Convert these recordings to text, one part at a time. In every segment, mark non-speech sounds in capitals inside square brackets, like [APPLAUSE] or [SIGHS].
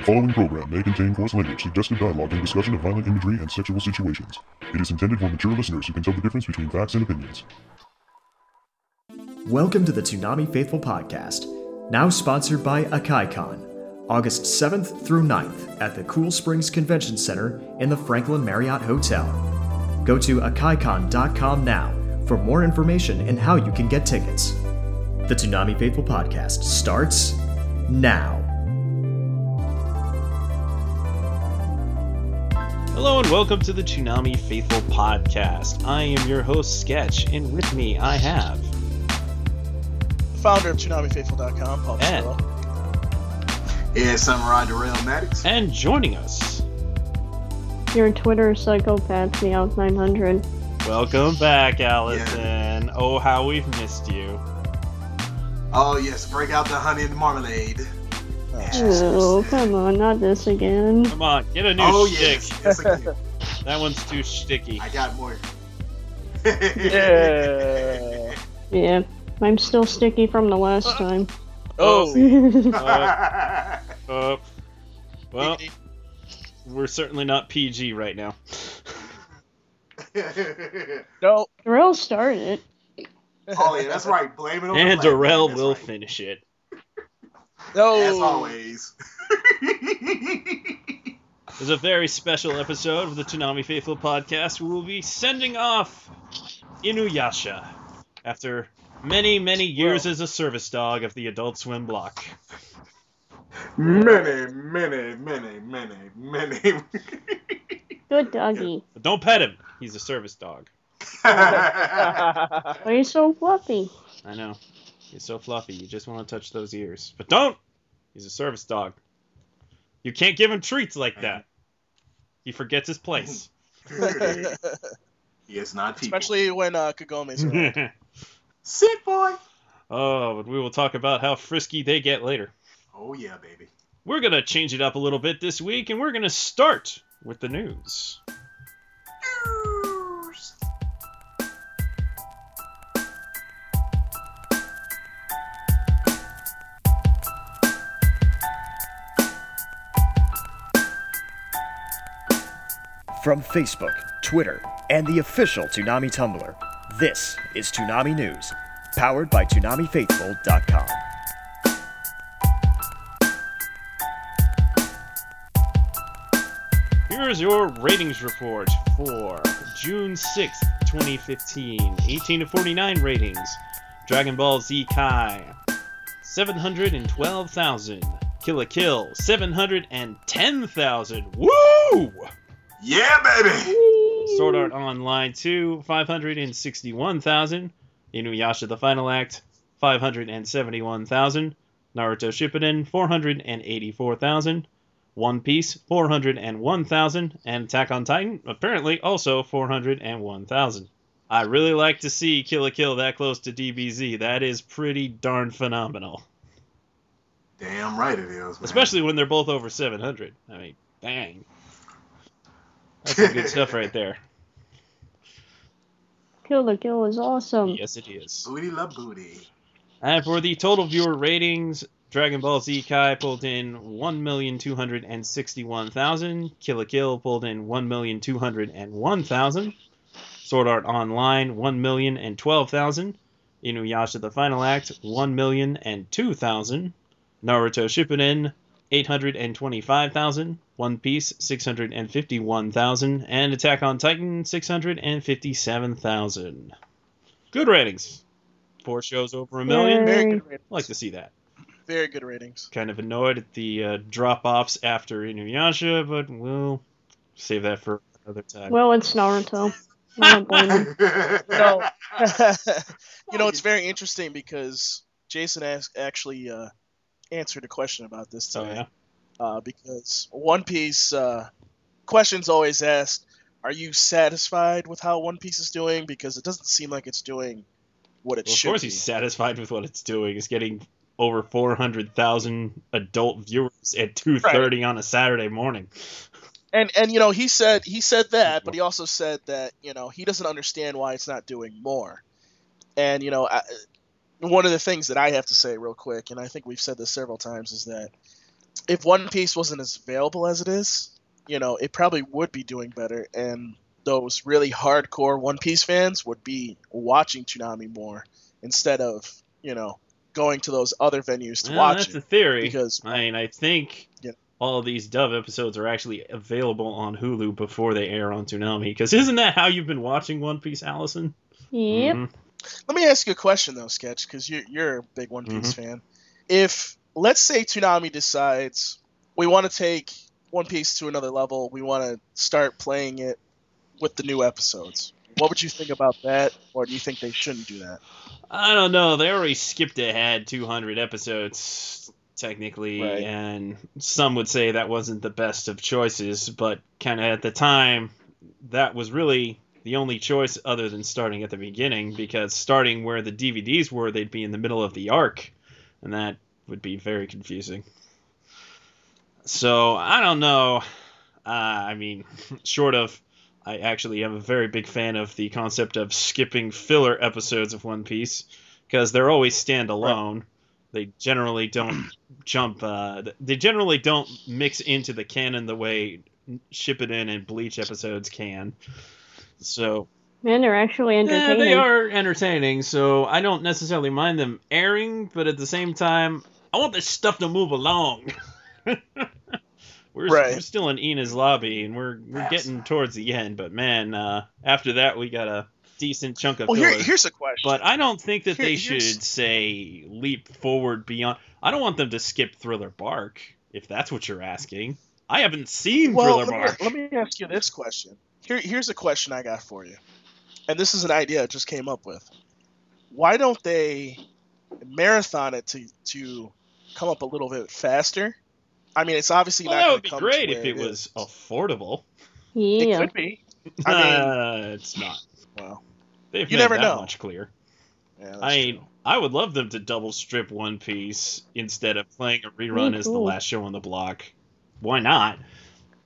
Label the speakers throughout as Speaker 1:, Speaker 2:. Speaker 1: following program may contain coarse language, suggestive dialogue, and discussion of violent imagery and sexual situations. It is intended for mature listeners who can tell the difference between facts and opinions.
Speaker 2: Welcome to the Tsunami Faithful Podcast, now sponsored by AkaiCon, August 7th through 9th at the Cool Springs Convention Center in the Franklin Marriott Hotel. Go to akaicon.com now for more information and how you can get tickets. The Tsunami Faithful Podcast starts now.
Speaker 3: Hello and welcome to the Toonami Faithful Podcast. I am your host, Sketch, and with me I have.
Speaker 4: founder of TsunamiFaithful.com, Paul
Speaker 3: Ed.
Speaker 4: Fischello.
Speaker 5: Yeah, Samurai Derail Maddox.
Speaker 3: And joining us,
Speaker 6: Your Twitter psychopath meows900.
Speaker 3: welcome back, Allison. Oh, how we've missed you.
Speaker 5: Oh yes, break out the honey and marmalade.
Speaker 6: Oh, come on, not this again.
Speaker 3: Come on, get a new
Speaker 5: oh
Speaker 3: shtick.
Speaker 5: yes, yes I, do.
Speaker 3: That one's too shticky.
Speaker 5: I got more.
Speaker 4: Yeah.
Speaker 6: Yeah, I'm still sticky from the last time. [LAUGHS]
Speaker 3: Oh,
Speaker 5: yeah.
Speaker 3: uh, [LAUGHS] well, we're certainly not PG right now.
Speaker 4: No,
Speaker 6: Darrell started.
Speaker 5: [LAUGHS] oh yeah, that's right. Blame it on
Speaker 3: And
Speaker 5: the black
Speaker 3: Darrell
Speaker 5: man, that's
Speaker 3: will
Speaker 5: right.
Speaker 3: finish it.
Speaker 4: no.
Speaker 5: As always. [LAUGHS]
Speaker 3: It's a very special episode of the Toonami Faithful podcast. We will be sending off Inuyasha after many, many years as a service dog of the Adult Swim block.
Speaker 5: many, many, many, many, many.
Speaker 6: Good doggy.
Speaker 3: But don't pet him. He's a service dog.
Speaker 6: Why are you so fluffy?
Speaker 3: I know. He's so fluffy. You just want to touch those ears. But don't! He's a service dog. You can't give him treats like that. He forgets his place.
Speaker 5: [LAUGHS] he is not people.
Speaker 4: [LAUGHS] Especially when uh,
Speaker 3: [LAUGHS]
Speaker 4: Kagome's around.
Speaker 3: oh,
Speaker 5: Sick boy.
Speaker 3: but we will talk about how frisky they get later.
Speaker 5: Oh yeah, baby.
Speaker 3: We're going to change it up a little bit this week, and we're going to start with the news.
Speaker 2: From Facebook, Twitter, and the official Toonami Tumblr, this is Toonami News, powered by ToonamiFaithful.com.
Speaker 3: Here's your ratings report for June 6th, 2015. 18 to 49 ratings. Dragon Ball Z Kai, 712,000. Kill a Kill, 710,000. Woo!
Speaker 5: Yeah, baby.
Speaker 3: Sword Art Online 2, 561,000. Inuyasha the Final Act, 571,000. Naruto Shippuden, 484,000. One Piece, 401,000. And Attack on Titan, apparently also 401,000. I really like to see Kill a Kill that close to DBZ. That is pretty darn phenomenal.
Speaker 5: Damn right it is. Man.
Speaker 3: Especially when they're both over 700. I mean, dang. That's some good stuff right there.
Speaker 6: Kill the Kill is awesome.
Speaker 3: Yes, it is.
Speaker 5: Booty la booty.
Speaker 3: And for the total viewer ratings, Dragon Ball Z Kai pulled in 1,261,000. Kill a Kill pulled in 1,201,000. Sword Art Online, 1,012,000. Inuyasha the Final Act, 1,002,000. Naruto Shippuden, 825,000. One Piece, 651,000. And Attack on Titan, 657,000. Good ratings. Four shows over a million.
Speaker 6: Yay.
Speaker 4: Very good ratings.
Speaker 3: I like to see that.
Speaker 4: Very good ratings. [LAUGHS]
Speaker 3: Kind of annoyed at the uh, drop offs after Inuyasha, but we'll save that for another time.
Speaker 6: Well, it's Naruto. I
Speaker 3: [LAUGHS]
Speaker 5: [LAUGHS]
Speaker 6: don't blame him.
Speaker 4: No. you know, it's very interesting because Jason asked, actually uh, answered a question about this
Speaker 3: oh,
Speaker 4: today.
Speaker 3: yeah.
Speaker 4: uh, because One Piece uh, questions always asked, "Are you satisfied with how One Piece is doing?" Because it doesn't seem like it's doing what it
Speaker 3: Well, of
Speaker 4: should.
Speaker 3: course,
Speaker 4: be.
Speaker 3: he's satisfied with what it's doing. It's getting over 400,000 adult viewers at 2.30 on a Saturday morning.
Speaker 4: and and you know he said he said that, but he also said that you know he doesn't understand why it's not doing more. And you know, I, one of the things that I have to say real quick, and I think we've said this several times, is that if One Piece wasn't as available as it is, you know, it probably would be doing better, and those really hardcore One Piece fans would be watching Toonami more instead of you know going to those other venues to
Speaker 3: Well,
Speaker 4: watch
Speaker 3: that's
Speaker 4: it.
Speaker 3: a theory.
Speaker 4: because-
Speaker 3: I mean, I think
Speaker 4: Yeah.
Speaker 3: all these Dove episodes are actually available on Hulu before they air on Toonami. Because isn't that how you've been watching One Piece, Allison?
Speaker 6: Yep.
Speaker 3: Mhm.
Speaker 4: Let me ask you a question though, Sketch, because you're you're a big One Piece fan. If let's say Toonami decides we want to take One Piece to another level, we want to start playing it with the new episodes. What would you think about that, or do you think they shouldn't do that?
Speaker 3: I don't know. They already skipped ahead 200 episodes technically,
Speaker 4: Right.
Speaker 3: and some would say that wasn't the best of choices. But kind of at the time, that was really the only choice other than starting at the beginning, because starting where the DVDs were, they'd be in the middle of the arc, and that would be very confusing. So I don't know. Uh, I mean, [LAUGHS] short of I actually am a very big fan of the concept of skipping filler episodes of One Piece because they're always standalone. They generally don't jump. Uh, they generally don't mix into the canon the way Ship It In and Bleach episodes can. So
Speaker 6: Man, they're actually
Speaker 3: yeah,
Speaker 6: entertaining.
Speaker 3: they are entertaining, so I don't necessarily mind them airing, but at the same time, I want this stuff to move along. [LAUGHS] we're,
Speaker 4: Right.
Speaker 3: we're still in Ina's lobby, and we're we're getting towards the end, but man, uh, after that we got a decent chunk of
Speaker 4: Well, here,
Speaker 3: filler.
Speaker 4: here's a question.
Speaker 3: But I don't think that
Speaker 4: Here-
Speaker 3: they should
Speaker 4: here's-
Speaker 3: say leap forward beyond. I don't want them to skip Thriller Bark, if that's what you're asking. I haven't seen
Speaker 4: well,
Speaker 3: Thriller
Speaker 4: let,
Speaker 3: Bark.
Speaker 4: me, let me ask you this question. Here, here's a question I got for you, and this is an idea I just came up with. Why don't they marathon it to to come up a little bit faster? I mean, it's obviously
Speaker 3: well,
Speaker 4: not.
Speaker 3: that
Speaker 4: gonna
Speaker 3: would be
Speaker 4: come to
Speaker 3: great if
Speaker 4: where
Speaker 3: it was
Speaker 4: is.
Speaker 3: affordable.
Speaker 4: It
Speaker 6: Yeah.
Speaker 4: could be. [LAUGHS] I mean,
Speaker 3: uh, it's not.
Speaker 4: well,
Speaker 3: They've
Speaker 4: You
Speaker 3: made
Speaker 4: never
Speaker 3: that
Speaker 4: know.
Speaker 3: much clear.
Speaker 4: yeah, that's
Speaker 3: I mean,
Speaker 4: true.
Speaker 3: I would love them to double strip One Piece instead of playing a rerun
Speaker 6: Me
Speaker 3: as the
Speaker 6: too.
Speaker 3: last show on the block. Why not?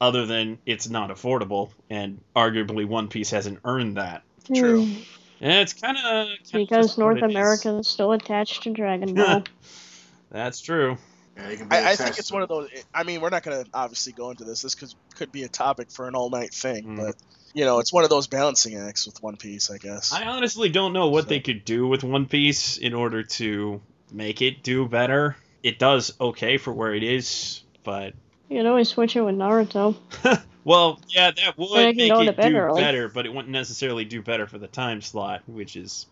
Speaker 3: Other than it's not affordable, and arguably One Piece hasn't earned that.
Speaker 4: True.
Speaker 6: Mm,
Speaker 3: And it's kind of
Speaker 6: Because North America is still attached to
Speaker 3: [LAUGHS]
Speaker 6: Dragon Ball.
Speaker 3: That's true.
Speaker 5: Yeah, they can be
Speaker 4: I, I think
Speaker 5: accessible.
Speaker 4: it's one of those. I mean, we're not going to obviously go into this. This could could be a topic for an all night thing,
Speaker 3: Mhm.
Speaker 4: but you know, it's one of those balancing acts with One Piece, I guess.
Speaker 3: I honestly don't know what they could do with One Piece in order to make it do better. It does okay for where it is, but
Speaker 6: You could always switch it with Naruto.
Speaker 3: Well, yeah, that
Speaker 6: But I
Speaker 3: would
Speaker 6: can
Speaker 3: make
Speaker 6: go to
Speaker 3: it
Speaker 6: bed
Speaker 3: do
Speaker 6: early.
Speaker 3: better, but it wouldn't necessarily do better for the time slot, which is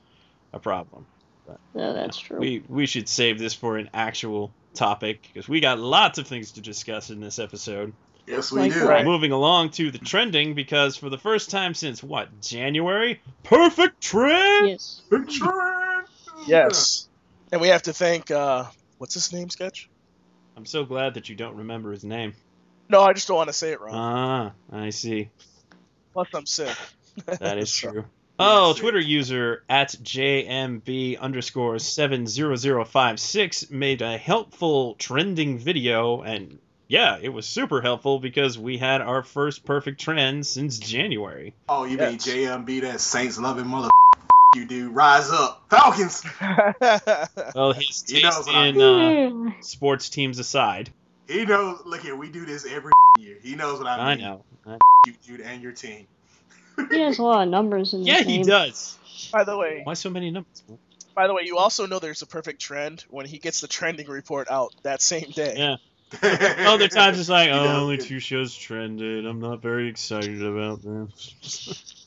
Speaker 3: a problem.
Speaker 6: Yeah, that's true.
Speaker 3: We we should save this for an actual topic because we got lots of things to discuss in this episode.
Speaker 5: Yes, we
Speaker 6: Like
Speaker 5: do.
Speaker 6: Right.
Speaker 3: Moving along to the trending because for the first time since what January, perfect trend.
Speaker 6: yes.
Speaker 5: Big trend.
Speaker 4: Yes. And we have to thank uh what's his name sketch?
Speaker 3: I'm so glad that you don't remember his name.
Speaker 4: No, I just don't want to say it wrong.
Speaker 3: Ah, I see.
Speaker 4: Plus I'm sick.
Speaker 5: [LAUGHS]
Speaker 3: That is
Speaker 4: So-
Speaker 3: true. Oh,
Speaker 5: That's it.
Speaker 3: Twitter user at JMB underscore 70056 made a helpful trending video. And yeah, it was super helpful because we had our first perfect trend since January.
Speaker 5: Oh, you mean
Speaker 4: Yes.
Speaker 5: JMB, that Saints loving mother [LAUGHS] you do. Rise up. Falcons.
Speaker 3: Well,
Speaker 5: [LAUGHS]
Speaker 3: his
Speaker 5: He knows
Speaker 3: taste
Speaker 5: what I
Speaker 3: in uh,
Speaker 6: Mm,
Speaker 3: sports teams aside.
Speaker 5: He knows. Look here, we do this every [LAUGHS] year. He knows what I mean.
Speaker 3: I know. I-
Speaker 5: You, you and your team.
Speaker 6: he has a lot of numbers in this
Speaker 3: Yeah,
Speaker 6: game.
Speaker 3: he does.
Speaker 4: [LAUGHS] by the way,
Speaker 3: Why so many
Speaker 5: [LAUGHS]
Speaker 3: numbers? man?
Speaker 4: by the way, you also know there's a perfect trend when he gets the trending report out that same day.
Speaker 3: Yeah. [LAUGHS] Other times
Speaker 5: [LAUGHS]
Speaker 3: it's like,
Speaker 5: You
Speaker 3: oh,
Speaker 5: know,
Speaker 3: only
Speaker 5: good.
Speaker 3: two shows trended. I'm not very excited about this.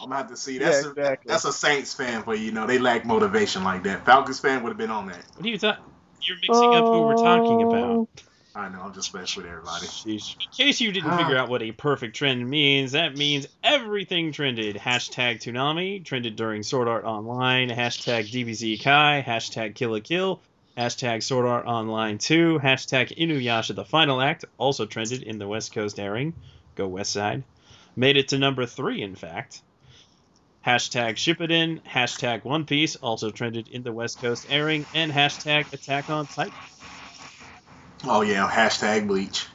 Speaker 5: I'm gonna have to see.
Speaker 4: Yeah,
Speaker 5: That's a,
Speaker 4: exactly.
Speaker 5: that's a Saints fan for you know. They lack motivation like that. Falcons fan would have been on that.
Speaker 3: What are you talking? You're mixing up who we're talking about.
Speaker 5: I know. I'm just messing with everybody.
Speaker 3: Sheesh. In case you didn't figure out what a perfect trend means, that means everything trended. Hashtag Toonami, trended during Sword Art Online, hashtag DBZ Kai, hashtag Kill a Kill, hashtag Sword Art Online 2, hashtag Inuyasha the Final Act, also trended in the West Coast airing. Go West Side. Made it to number three, in fact. Hashtag Ship It In, hashtag One Piece, also trended in the West Coast airing, and hashtag Attack on Titan.
Speaker 5: Oh yeah. Hashtag bleach.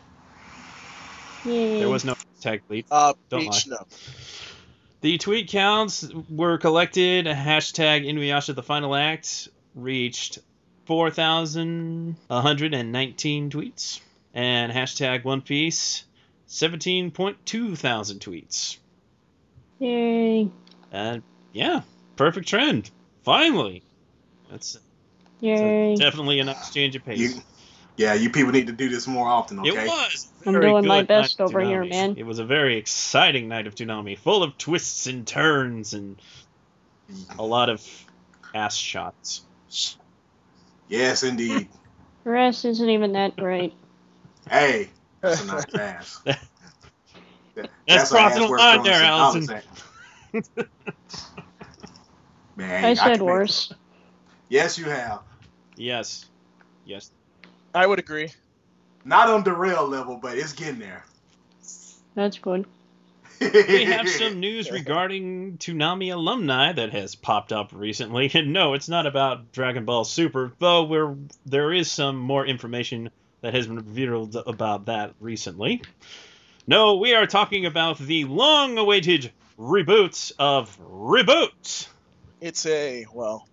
Speaker 6: Yeah.
Speaker 3: There was no hashtag bleed.
Speaker 4: Uh
Speaker 3: Don't
Speaker 4: Beach no.
Speaker 3: The tweet counts were collected. Hashtag Inuyasha the final act reached 4,119 tweets. and hashtag One Piece, 17.2 thousand tweets.
Speaker 6: Yay.
Speaker 3: And yeah, perfect trend. Finally. That's
Speaker 6: Yay.
Speaker 3: definitely an exchange of pace.
Speaker 5: You, yeah, you people need to do this more often, okay?
Speaker 3: It was.
Speaker 6: I'm
Speaker 3: very
Speaker 6: doing my
Speaker 3: good night
Speaker 6: best
Speaker 3: of
Speaker 6: over here,
Speaker 3: Toonami.
Speaker 6: man.
Speaker 3: It was a very exciting night of Toonami, full of twists and turns and a lot of ass shots.
Speaker 5: Yes, indeed.
Speaker 6: Grass isn't even that great.
Speaker 5: Hey, that's a nice ass. That-
Speaker 3: [LAUGHS] That's
Speaker 5: an ass
Speaker 3: crossing the
Speaker 5: worth
Speaker 3: line
Speaker 5: throwing
Speaker 3: there,
Speaker 5: some
Speaker 3: Allison.
Speaker 5: dollars
Speaker 6: [LAUGHS]
Speaker 5: at. Man,
Speaker 6: I said
Speaker 5: can make-
Speaker 6: worse.
Speaker 5: Yes, you have.
Speaker 3: Yes. Yes.
Speaker 4: I would agree.
Speaker 5: Not on the real level, but it's getting there.
Speaker 6: That's good.
Speaker 3: [LAUGHS] We have some news regarding Toonami alumni that has popped up recently. [LAUGHS] And no, it's not about Dragon Ball Super, though we're, there is some more information that has been revealed about that recently. No, we are talking about the long awaited reboot of Reboot.
Speaker 4: It's a well.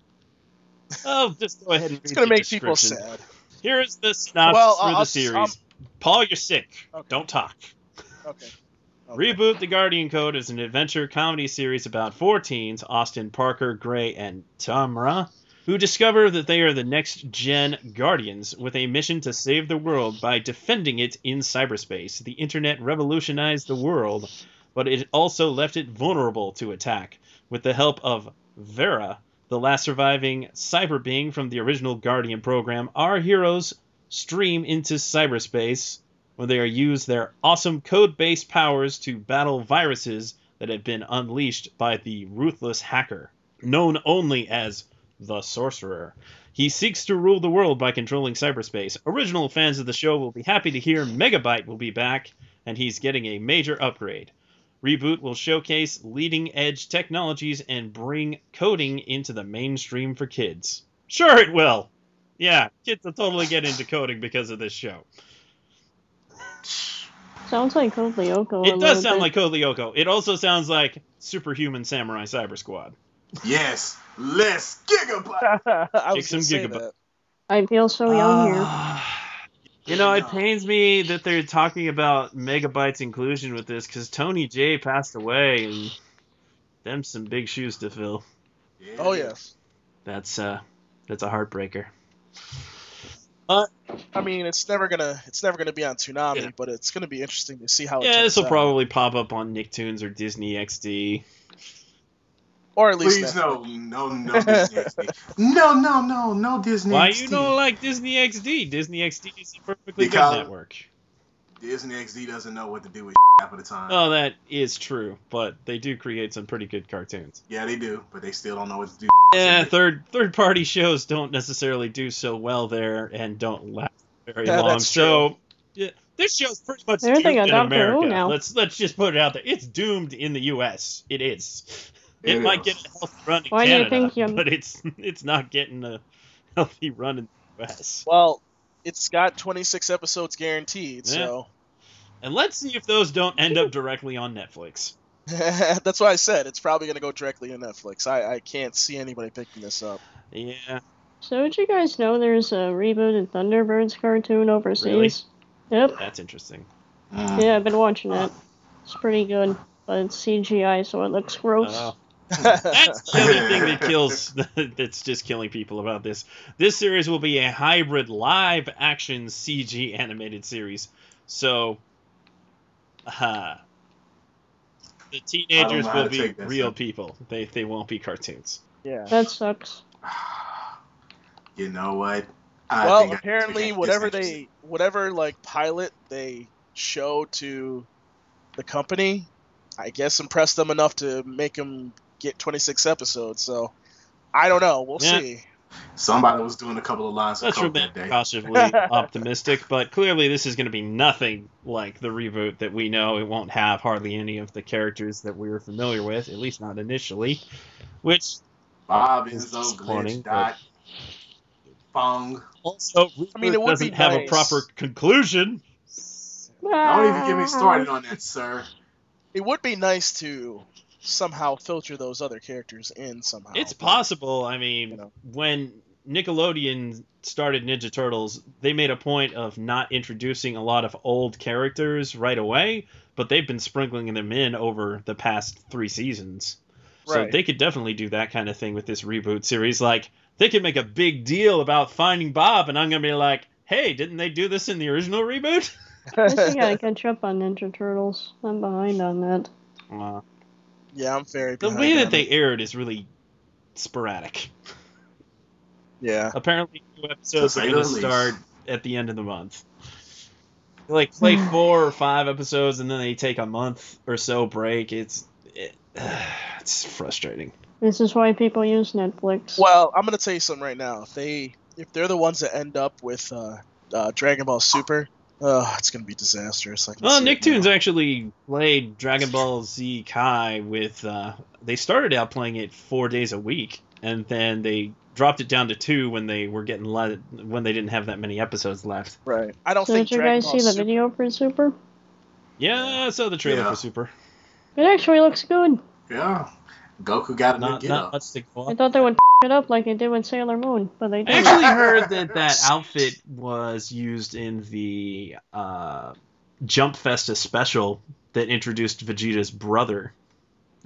Speaker 3: I'll Oh, just go ahead and
Speaker 4: It's
Speaker 3: read
Speaker 4: gonna
Speaker 3: the
Speaker 4: make people
Speaker 3: description.
Speaker 4: sad.
Speaker 3: Here is the synopsis
Speaker 4: Well,
Speaker 3: for
Speaker 4: I'll-
Speaker 3: the
Speaker 4: I'll-
Speaker 3: series.
Speaker 4: I'll-
Speaker 3: Paul, you're sick.
Speaker 4: Okay.
Speaker 3: Don't talk.
Speaker 4: Okay. Okay.
Speaker 3: Reboot the Guardian Code is an adventure comedy series about four teens, Austin, Parker, Gray, and Tamra, who discover that they are the next gen Guardians with a mission to save the world by defending it in cyberspace. The internet revolutionized the world, but it also left it vulnerable to attack. With the help of Vera, the last surviving cyber being from the original Guardian program, our heroes stream into cyberspace where they are used their awesome code-based powers to battle viruses that have been unleashed by the ruthless hacker, known only as the Sorcerer. He seeks to rule the world by controlling cyberspace. Original fans of the show will be happy to hear Megabyte will be back, and he's getting a major upgrade. Reboot will showcase leading edge technologies and bring coding into the mainstream for kids. Sure, it will! Yeah, kids will totally get into coding because of this show.
Speaker 6: Sounds like Kobayoko. a
Speaker 3: It does
Speaker 6: little
Speaker 3: sound
Speaker 6: bit.
Speaker 3: like Code Lyoko. It also sounds like Superhuman Samurai Cyber Squad.
Speaker 5: [LAUGHS] Yes, less gigabyte.
Speaker 4: [LAUGHS] I was
Speaker 3: some
Speaker 4: gonna say
Speaker 3: gigabyte.
Speaker 4: that.
Speaker 6: I feel so young here.
Speaker 5: Ah.
Speaker 3: [SIGHS] You know, it pains me that they're talking about Megabyte's inclusion with this because Tony J passed away, and them some big shoes to fill.
Speaker 5: Yeah.
Speaker 4: Oh yes.
Speaker 3: That's uh, that's a heartbreaker.
Speaker 4: I mean, it's never gonna it's never gonna be on Toonami,
Speaker 3: Yeah.
Speaker 4: but it's gonna be interesting to see how. it
Speaker 3: yeah,
Speaker 4: turns
Speaker 3: this will
Speaker 4: out.
Speaker 3: probably pop up on Nicktoons or Disney XD.
Speaker 4: Or at least
Speaker 5: Please
Speaker 4: that-
Speaker 5: no, no, no Disney XD. No, no, no, no Disney
Speaker 3: Why
Speaker 5: XD.
Speaker 3: you don't like Disney XD? Disney XD is a perfectly
Speaker 5: Because-
Speaker 3: good network.
Speaker 5: Disney XD doesn't know what to do with [LAUGHS] half of the time.
Speaker 3: Oh, that is true, but they do create some pretty good cartoons.
Speaker 5: Yeah, they do, but they still don't know what to do.
Speaker 3: Yeah, third third party shows don't necessarily do so well there and don't last very
Speaker 4: Yeah,
Speaker 3: long.
Speaker 4: that's
Speaker 3: So yeah, this show's pretty much
Speaker 6: They're thinking
Speaker 3: doomed in
Speaker 6: Doctor Who
Speaker 3: America.
Speaker 6: now.
Speaker 3: Let's let's just put it out there. It's doomed in the U.S. It is. It,
Speaker 5: It
Speaker 3: might
Speaker 5: is.
Speaker 3: get a healthy run in
Speaker 6: Why do you
Speaker 3: Canada,
Speaker 6: think you-
Speaker 3: but it's it's not getting a healthy run in the U.S.
Speaker 4: Well, it's got 26 episodes guaranteed,
Speaker 3: Yeah.
Speaker 4: so
Speaker 3: And let's see if those don't end up directly on Netflix.
Speaker 4: [LAUGHS] that's why I said it's probably gonna go directly to Netflix. I, I can't see anybody picking this up.
Speaker 3: Yeah,
Speaker 6: So did you guys know there's a rebooted Thunderbirds cartoon overseas? Yep.
Speaker 3: that's interesting.
Speaker 5: Mm.
Speaker 6: Yeah, I've been watching it. It's pretty good, but it's CGI, so it looks gross.
Speaker 3: Oh. [LAUGHS] That's the other thing that kills. [LAUGHS] That's just killing people about this. This series will be a hybrid live action CG animated series. So, uh, the teenagers
Speaker 5: know how
Speaker 3: will
Speaker 5: to
Speaker 3: be
Speaker 5: take this.
Speaker 3: real people. They they won't be cartoons.
Speaker 4: [LAUGHS] yeah.
Speaker 6: That sucks.
Speaker 5: [SIGHS] you know what? I
Speaker 4: Well,
Speaker 5: think I-
Speaker 4: apparently
Speaker 5: I-
Speaker 4: whatever
Speaker 5: this-
Speaker 4: they whatever like pilot they show to the company, I guess impressed them enough to make them get 26 episodes. So I don't know. We'll
Speaker 3: Yeah.
Speaker 4: see.
Speaker 5: Somebody was doing a couple of lines of
Speaker 3: Let's
Speaker 5: coke
Speaker 3: remain
Speaker 5: that day. [LAUGHS]
Speaker 3: cautiously optimistic, but clearly this is going to be nothing like the reboot that we know. It won't have hardly any of the characters that we were familiar with, at least not initially. Which
Speaker 5: Bob
Speaker 3: It's
Speaker 5: is so
Speaker 3: disappointing,
Speaker 5: glitch dot fung.
Speaker 3: also,
Speaker 4: I mean, it would
Speaker 3: doesn't
Speaker 4: be
Speaker 3: have a
Speaker 4: nice.
Speaker 3: proper conclusion.
Speaker 5: Don't even
Speaker 6: Ah.
Speaker 5: get me started on that, sir.
Speaker 4: It would be nice to somehow filter those other characters in somehow.
Speaker 3: It's possible. I mean,
Speaker 4: You know.
Speaker 3: when Nickelodeon started Ninja Turtles, they made a point of not introducing a lot of old characters right away, but they've been sprinkling them in over the past three seasons. So
Speaker 4: Right.
Speaker 3: they could definitely do that kind of thing with this reboot series. Like, they could make a big deal about finding Bob, and I'm going to be like, hey, didn't they do this in the original reboot?
Speaker 6: I still gotta catch up on Ninja Turtles. I'm behind on that.
Speaker 3: Uh,
Speaker 4: [LAUGHS] yeah, I'm very.
Speaker 3: the
Speaker 4: behind
Speaker 3: way
Speaker 4: on
Speaker 3: that they
Speaker 4: it.
Speaker 3: aired is really sporadic.
Speaker 4: Yeah.
Speaker 3: Apparently, new episodes
Speaker 5: To
Speaker 3: are
Speaker 5: say
Speaker 3: going to
Speaker 5: the least.
Speaker 3: start at the end of the month. Hmm. They, Like play four or five episodes, and then they take a month or so break. It's it, [SIGHS] it's frustrating.
Speaker 6: This is why people use Netflix.
Speaker 4: Well, I'm gonna tell you something right now. If they if they're the ones that end up with uh, uh, Dragon Ball Super, uh, it's gonna be disastrous. I can
Speaker 3: Well,
Speaker 4: see it
Speaker 3: Nicktoons
Speaker 4: now.
Speaker 3: actually played Dragon Ball Z Kai with. Uh, they started out playing it four days a week, and then they dropped it down to two when they were getting le- when they didn't have that many episodes left.
Speaker 4: Right. I don't
Speaker 6: so
Speaker 4: think
Speaker 6: did you
Speaker 4: Dragon
Speaker 6: guys
Speaker 4: Ball
Speaker 6: see the
Speaker 4: Super-
Speaker 6: video for Super?
Speaker 3: Yeah, I saw the trailer
Speaker 5: Yeah.
Speaker 3: for Super.
Speaker 6: It actually looks good.
Speaker 5: Yeah. Goku got a new
Speaker 3: Not
Speaker 5: get
Speaker 3: not
Speaker 5: up.
Speaker 3: much to go
Speaker 6: I
Speaker 3: on.
Speaker 6: thought they would [LAUGHS] it up like they did with Sailor Moon, but they
Speaker 3: I [LAUGHS]
Speaker 6: didn't.
Speaker 3: actually heard that that outfit was used in the uh, Jump Festa special that introduced Vegeta's brother.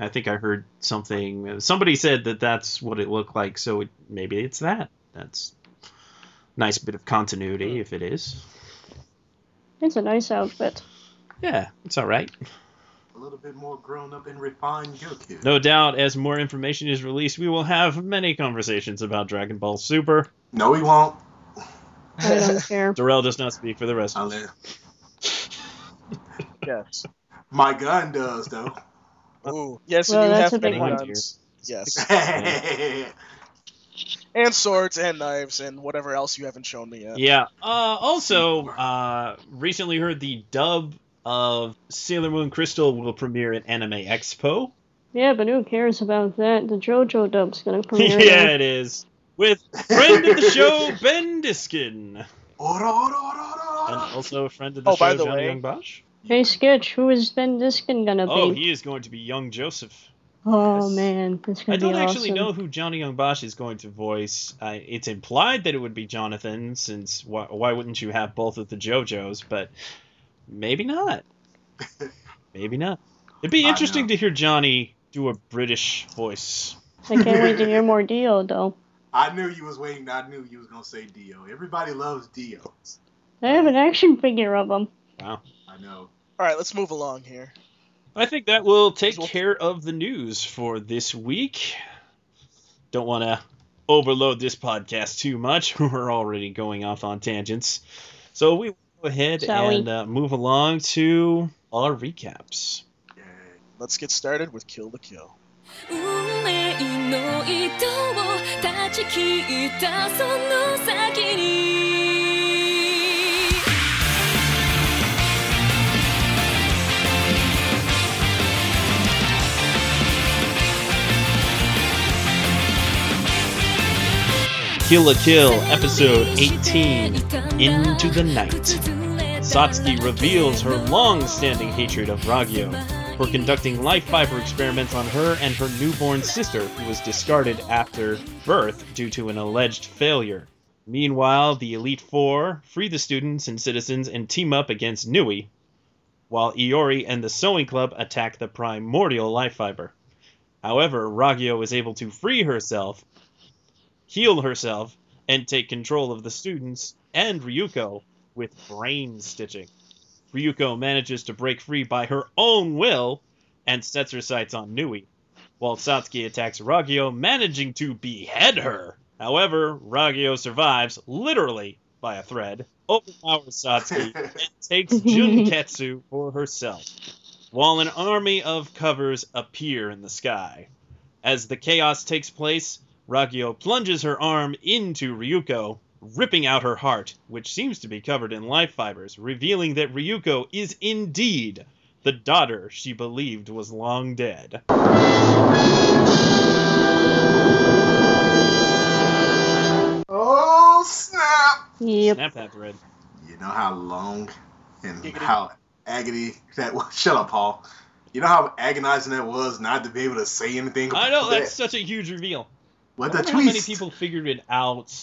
Speaker 3: I think I heard something. Somebody said that that's what it looked like, so it, maybe it's that. That's nice bit of continuity if it is.
Speaker 6: It's a nice outfit.
Speaker 3: Yeah, it's all right.
Speaker 5: A little bit more grown up and refined Goku.
Speaker 3: No doubt, as more information is released, we will have many conversations about Dragon Ball Super.
Speaker 5: No, he won't.
Speaker 6: I
Speaker 3: [LAUGHS]
Speaker 6: don't care.
Speaker 3: Darrell does not speak for the rest. of us.
Speaker 5: Unless
Speaker 4: Yes.
Speaker 5: my gun
Speaker 3: [LAUGHS]
Speaker 5: does though. [LAUGHS]
Speaker 4: Ooh. Yes,
Speaker 6: Well,
Speaker 4: and you
Speaker 6: that's
Speaker 4: have
Speaker 6: a big
Speaker 4: many
Speaker 3: one.
Speaker 4: guns. Yes.
Speaker 5: yeah,
Speaker 4: And swords and knives and whatever else you haven't shown me yet.
Speaker 3: Yeah. Uh,
Speaker 4: [LAUGHS]
Speaker 3: also, uh, recently heard the dub of Sailor Moon Crystal will premiere at Anime Expo. [LAUGHS]
Speaker 6: Yeah, but who cares about that? The JoJo dub's gonna
Speaker 3: [LAUGHS]
Speaker 6: premiere.
Speaker 3: yeah, it is. With friend of the
Speaker 4: [LAUGHS]
Speaker 3: show Ben Diskin, and also a friend of the
Speaker 4: Oh,
Speaker 3: show
Speaker 4: by the
Speaker 3: Johnny
Speaker 4: way-
Speaker 3: Young Bosch.
Speaker 6: Hey, Sketch, who is Ben Diskin gonna be?
Speaker 3: Oh, he is going to be Young Joseph.
Speaker 6: Oh,
Speaker 3: yes.
Speaker 6: man, this could
Speaker 3: I don't
Speaker 6: be
Speaker 3: actually
Speaker 6: awesome.
Speaker 3: know who Johnny Young Bosch is going to voice. I, it's implied that it would be Jonathan, since why, why wouldn't you have both of the JoJos? But maybe
Speaker 5: [LAUGHS]
Speaker 3: not. maybe not. It'd be
Speaker 5: I
Speaker 3: interesting
Speaker 5: know.
Speaker 3: to hear Johnny do a British voice.
Speaker 6: I can't wait to hear more Dio though.
Speaker 5: I knew you was waiting. I knew you was gonna say Dio. Everybody loves Dio.
Speaker 6: I have an action figure of him.
Speaker 3: Wow.
Speaker 5: I know.
Speaker 4: All right, let's move along here.
Speaker 3: I think that will take care of the news for this week. Don't want to overload this podcast too much. [LAUGHS] We're already going off on tangents. So we will go ahead
Speaker 6: Shall we?
Speaker 3: and uh, move along to our recaps.
Speaker 5: Yeah.
Speaker 4: Let's get started with Kill the Kill.
Speaker 7: 運命の糸を断ち切ったその先に
Speaker 3: Kill a Kill, episode 18, Into the Night. Satsuki reveals her long standing hatred of Ragyo for conducting life fiber experiments on her and her newborn sister, who was discarded after birth due to an alleged failure. Meanwhile, the Elite Four free the students and citizens and team up against Nui, while Iori and the Sewing Club attack the primordial life fiber. However, Ragyo is able to free herself heal herself, and take control of the students and Ryuko with brain stitching. Ryuko manages to break free by her own will and sets her sights on Nui, while Satsuki attacks Ragio, managing to behead her. However, Ragio survives, literally by a thread, overpowers Satsuki, and takes Junketsu for herself, while an army of covers appear in the sky. As the chaos takes place, Rakio plunges her arm into Ryuko, ripping out her heart, which seems to be covered in life fibers, revealing that Ryuko is indeed the daughter she believed was long dead.
Speaker 5: Oh snap!
Speaker 6: Yep.
Speaker 3: Snap that thread.
Speaker 5: You know how long and
Speaker 4: Giggity.
Speaker 5: how agony that was. [LAUGHS] Shut up, Paul. You know how agonizing that was not to be able to say anything.
Speaker 3: I
Speaker 5: about
Speaker 3: know,
Speaker 5: that?
Speaker 3: that's such a huge reveal.
Speaker 5: What
Speaker 3: I
Speaker 5: a
Speaker 3: wonder how many
Speaker 5: twist!
Speaker 3: people figured it out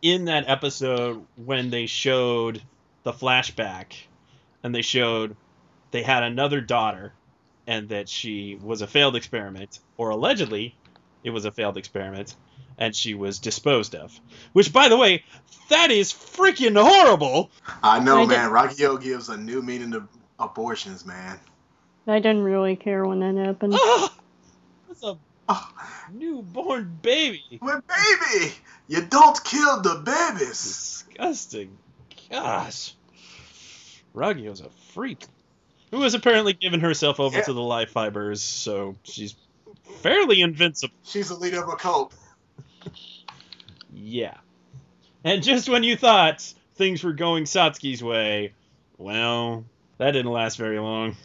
Speaker 3: in that episode when they showed the flashback and they showed they had another daughter and that she was a failed experiment or allegedly it was a failed experiment and she was disposed of which by the way that is freaking horrible
Speaker 5: I know,
Speaker 6: I
Speaker 5: man. Rocky O gives a new meaning to abortions, man.
Speaker 6: I didn't really care when that
Speaker 3: [LAUGHS]
Speaker 6: happened.
Speaker 3: Ah, that's a
Speaker 5: Oh,
Speaker 3: newborn baby
Speaker 5: but baby, you don't kill the babies.
Speaker 3: disgusting. Gosh. Raggio's a freak. Who has apparently given herself over
Speaker 5: Yeah.
Speaker 3: to the life fibers, so she's fairly invincible.
Speaker 5: She's the leader of a cult.
Speaker 3: Yeah. And just when you thought things were going Satsuki's way, well, that didn't last very long.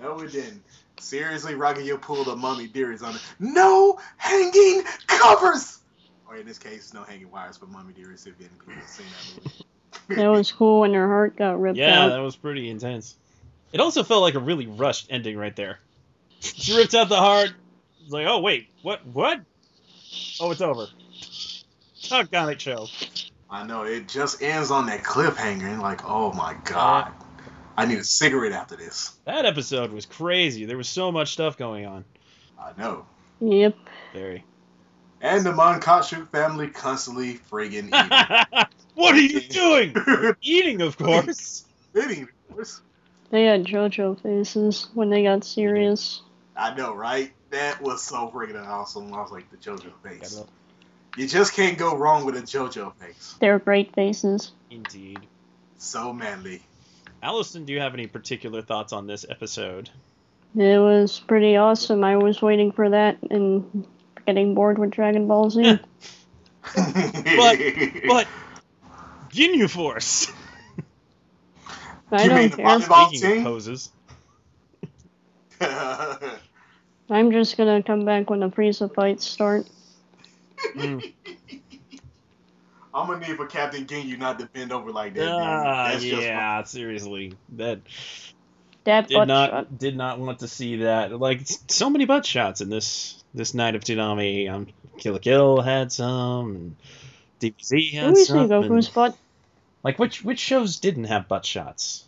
Speaker 5: No, we didn't. Seriously, Rocky O pulled a mummy dearest on it. No hanging covers. Or in this case, no hanging wires, but mummy dearest. If you haven't seen that movie.
Speaker 6: That was cool when her heart got ripped
Speaker 3: Yeah,
Speaker 6: out.
Speaker 3: that was pretty intense. It also felt like a really rushed ending right there. She ripped out the heart. It's like, oh wait, what? What? Oh, it's over. Oh, God, it show.
Speaker 5: I know it just ends on that cliffhanger, and like, oh my god, I need a cigarette after this.
Speaker 3: That episode was crazy. There was so much stuff going on.
Speaker 5: I know.
Speaker 6: Yep.
Speaker 3: Very.
Speaker 5: And the Monkashu family constantly friggin' eating.
Speaker 3: [LAUGHS] what are you doing? [LAUGHS]
Speaker 5: [LAUGHS]
Speaker 3: Eating, of course.
Speaker 5: eating. of course.
Speaker 6: They had JoJo faces when they got serious.
Speaker 5: I know, right? That was so friggin' awesome. I was like, the JoJo face. You just can't go wrong with a JoJo face.
Speaker 6: They're great faces.
Speaker 3: Indeed.
Speaker 5: So manly.
Speaker 3: Allison, do you have any particular thoughts on this episode?
Speaker 6: It was pretty awesome. I was waiting for that and getting bored with Dragon Ball Z.
Speaker 5: but,
Speaker 3: [LAUGHS] But Ginyu Force.
Speaker 6: I
Speaker 5: You
Speaker 6: don't
Speaker 5: mean the
Speaker 6: care.
Speaker 5: volleyball
Speaker 3: Speaking
Speaker 5: team?
Speaker 3: of poses.
Speaker 5: [LAUGHS]
Speaker 6: I'm just gonna come back when the Frieza fights start.
Speaker 3: Mm.
Speaker 5: I'm gonna need for Captain Ginyu not to bend over like that. dude.
Speaker 3: Ah,
Speaker 5: That's just
Speaker 3: yeah, seriously. That
Speaker 6: That
Speaker 3: did
Speaker 6: butt
Speaker 3: not
Speaker 6: shot.
Speaker 3: did not want to see that. Like s- so many butt shots in this this night of Tsunami. Um, Kill la Kill had some. And DBZ
Speaker 6: Did
Speaker 3: had
Speaker 6: we see
Speaker 3: some. and-
Speaker 6: Goku's butt?
Speaker 3: Like which which shows didn't have butt shots?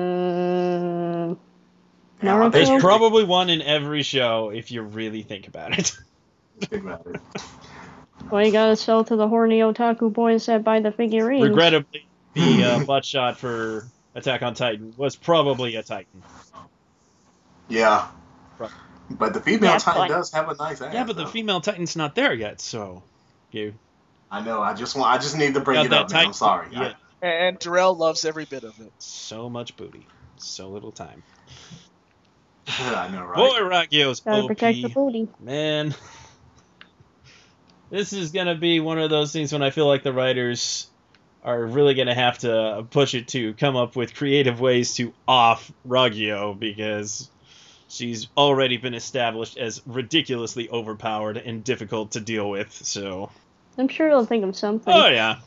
Speaker 6: Uh,
Speaker 5: Damn, I
Speaker 6: Naruto?
Speaker 5: think
Speaker 3: There's
Speaker 5: you're
Speaker 3: probably one in every show if you really think about
Speaker 6: [LAUGHS]
Speaker 3: it.
Speaker 5: thinking about it.
Speaker 6: well, you gotta sell to the horny otaku boys that buy the figurines.
Speaker 3: Regrettably, the uh, butt shot for Attack on Titan was probably a Titan.
Speaker 5: Yeah.
Speaker 3: Right.
Speaker 5: But the female
Speaker 6: Yeah,
Speaker 5: Titan
Speaker 6: but-
Speaker 5: does have a nice ass.
Speaker 3: Yeah, but the
Speaker 5: though.
Speaker 3: female Titan's not there yet, so you
Speaker 5: I know. I just want. I just need to bring
Speaker 3: Got
Speaker 5: it
Speaker 3: that
Speaker 5: up, man. I'm
Speaker 3: Titan.
Speaker 5: sorry. I-
Speaker 3: yeah,
Speaker 4: And Darrell loves every bit of it.
Speaker 3: so much booty, so little time.
Speaker 5: [LAUGHS] I know, right?
Speaker 3: Boy, Rockio's
Speaker 6: Gotta
Speaker 3: OP.
Speaker 6: protect the booty.
Speaker 3: man [LAUGHS] this is gonna be one of those things when i feel like the writers are really gonna have to push it to come up with creative ways to off Raggio because she's already been established as ridiculously overpowered and difficult to deal with so
Speaker 6: I'm sure he'll think of something.
Speaker 3: oh yeah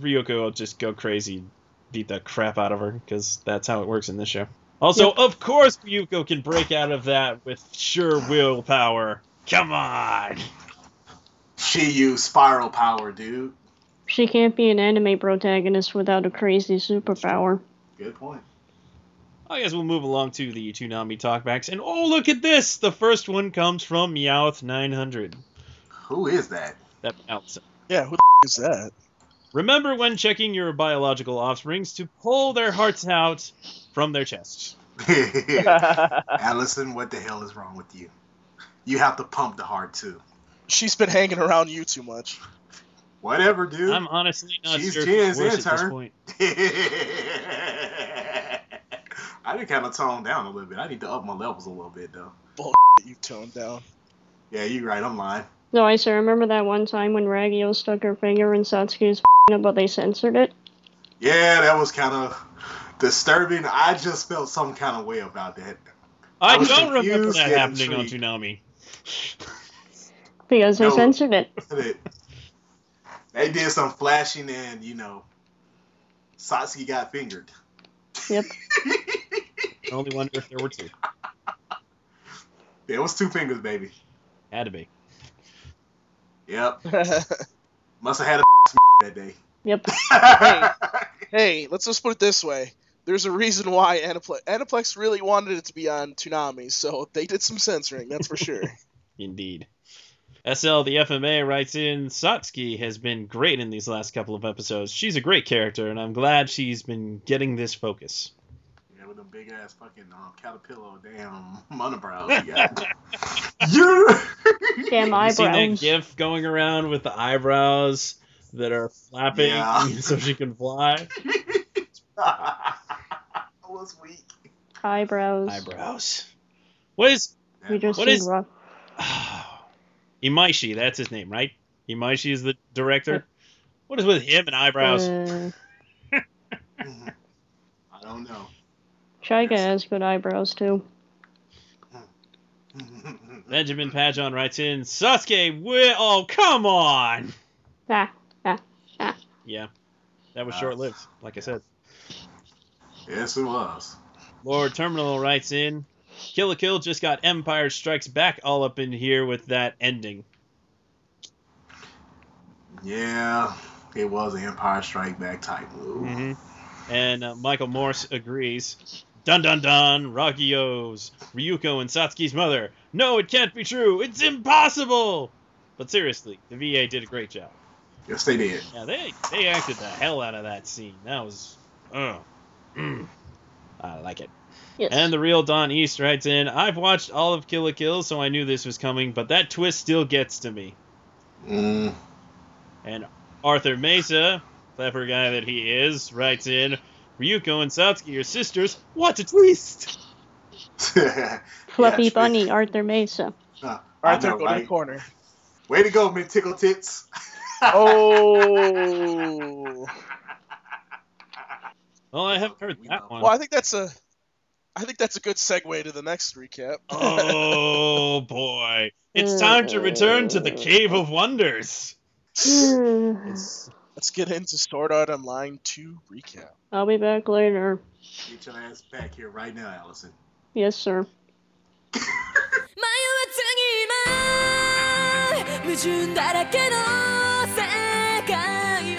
Speaker 3: ryoko will just go crazy and beat the crap out of her because that's how it works in this show also of course ryuko can break out of that with sure willpower come on
Speaker 5: She used spiral power, dude.
Speaker 6: She can't be an anime protagonist without a crazy superpower.
Speaker 5: Good point.
Speaker 3: I guess we'll move along to the Toonami talkbacks. And oh, look at this! The first one comes from Meowth900.
Speaker 5: Who is that? [LAUGHS]
Speaker 3: [LAUGHS] That Meowth.
Speaker 4: Yeah, who the f- is that?
Speaker 3: Remember when checking your biological offsprings to pull their hearts out from their chests.
Speaker 5: Allison, what the hell is wrong with you? You have to pump the heart too.
Speaker 4: She's been hanging around you too much.
Speaker 5: Whatever, dude.
Speaker 3: I'm honestly not
Speaker 5: She's
Speaker 3: sure if
Speaker 5: Jen's
Speaker 3: it's worse at this
Speaker 5: intern.
Speaker 3: point.
Speaker 5: [LAUGHS] I did kind of tone down a little bit. I need to up my levels a little bit, though.
Speaker 4: You toned down. [LAUGHS]
Speaker 5: Yeah, you're right. I'm lying.
Speaker 6: No, I still remember that one time when Raggio stuck her finger in [LAUGHS] Satsuki's up, but they censored it.
Speaker 5: Yeah, that was kind of disturbing. I just felt some kind of way about that. [LAUGHS]
Speaker 3: I,
Speaker 5: I was
Speaker 3: don't remember
Speaker 5: confused
Speaker 3: that
Speaker 5: yet
Speaker 3: happening on
Speaker 5: intrigued.
Speaker 3: Toonami.
Speaker 6: Because they
Speaker 5: No.
Speaker 6: censored it.
Speaker 5: But they did some flashing, and you know, Satsuki got [LAUGHS] fingered.
Speaker 6: Yep.
Speaker 3: I only wonder if there were two.
Speaker 5: There was two fingers, baby.
Speaker 3: Had to be.
Speaker 5: Yep.
Speaker 4: hey,
Speaker 5: Must have had a [LAUGHS] that day.
Speaker 3: [LAUGHS]
Speaker 6: Yep.
Speaker 4: let's just put it this way. There's a reason why Aniplex, Aniplex really wanted it to be on Toonami, so they did some censoring, that's for sure.
Speaker 3: Indeed. SL the FMA writes in Satsuki has been great in these last couple of episodes. She's a great character, and I'm glad she's been getting this focus.
Speaker 5: yeah, with them big ass fucking um, caterpillar, damn monobrows you got. [LAUGHS] yeah.
Speaker 6: Damn
Speaker 3: You seen that
Speaker 6: eyebrows.
Speaker 3: gif going around with the eyebrows that are flapping
Speaker 5: Yeah.
Speaker 3: [LAUGHS] so she can fly?
Speaker 5: I was weak.
Speaker 6: Eyebrows.
Speaker 3: Eyebrows. What is [SIGHS]
Speaker 6: We just
Speaker 3: What
Speaker 6: seen
Speaker 3: is-
Speaker 6: rough.
Speaker 3: Imaishi, that's his name, right? Imaishi is the director. What is with him and eyebrows?
Speaker 6: Uh,
Speaker 5: mm-hmm. I don't know.
Speaker 6: Chica has good eyebrows too.
Speaker 5: [LAUGHS]
Speaker 3: Benjamin Pajon writes in Sasuke, we oh come on.
Speaker 6: Ah, ah.
Speaker 3: Yeah, that was
Speaker 5: Wow.
Speaker 3: short lived. Like I said,
Speaker 5: yes, it was.
Speaker 3: Lord Terminal writes in Kill a Kill just got Empire Strikes Back all up in here with that ending.
Speaker 5: Yeah, it was an Empire Strike Back type move.
Speaker 3: Mm-hmm. And uh, Michael Morse agrees. Dun dun dun, Ragio's, Ryuko and Satsuki's mother. No, it can't be true. It's impossible. But seriously, the VA did a great job.
Speaker 5: Yes, they did.
Speaker 3: Yeah, they they acted the hell out of that scene. That was, oh, mm. I like it.
Speaker 6: Yes.
Speaker 3: And the real Don East writes in, I've watched all of Kill a Kill, so I knew this was coming, but that twist still gets to me.
Speaker 5: Mm.
Speaker 3: And Arthur Mesa, clever guy that he is, writes in, Ryuko and Satsuki are sisters. What a twist!
Speaker 6: Fluffy
Speaker 5: Yeah, true.
Speaker 6: Bunny, Arthur
Speaker 3: [LAUGHS]
Speaker 6: Mesa.
Speaker 5: Uh, [LAUGHS] [LAUGHS] I
Speaker 4: Arthur,
Speaker 5: know,
Speaker 4: go to the
Speaker 5: right?
Speaker 4: corner.
Speaker 5: Way to go, man, tickle tits. [LAUGHS]
Speaker 4: Oh.
Speaker 3: Well, I haven't heard
Speaker 5: We
Speaker 3: that
Speaker 5: love-
Speaker 3: one.
Speaker 4: Well, I think that's a, I think that's a good segue to the next recap.
Speaker 3: [LAUGHS] oh boy. It's time to return to the Cave of Wonders.
Speaker 4: [LAUGHS] Let's get into Sword Art Online 2 recap.
Speaker 6: [SIGHS] I'll be back later.
Speaker 5: Get your ass back here right now, Allison.
Speaker 6: Yes, sir.
Speaker 7: 迷わずに今矛盾だらけの世界を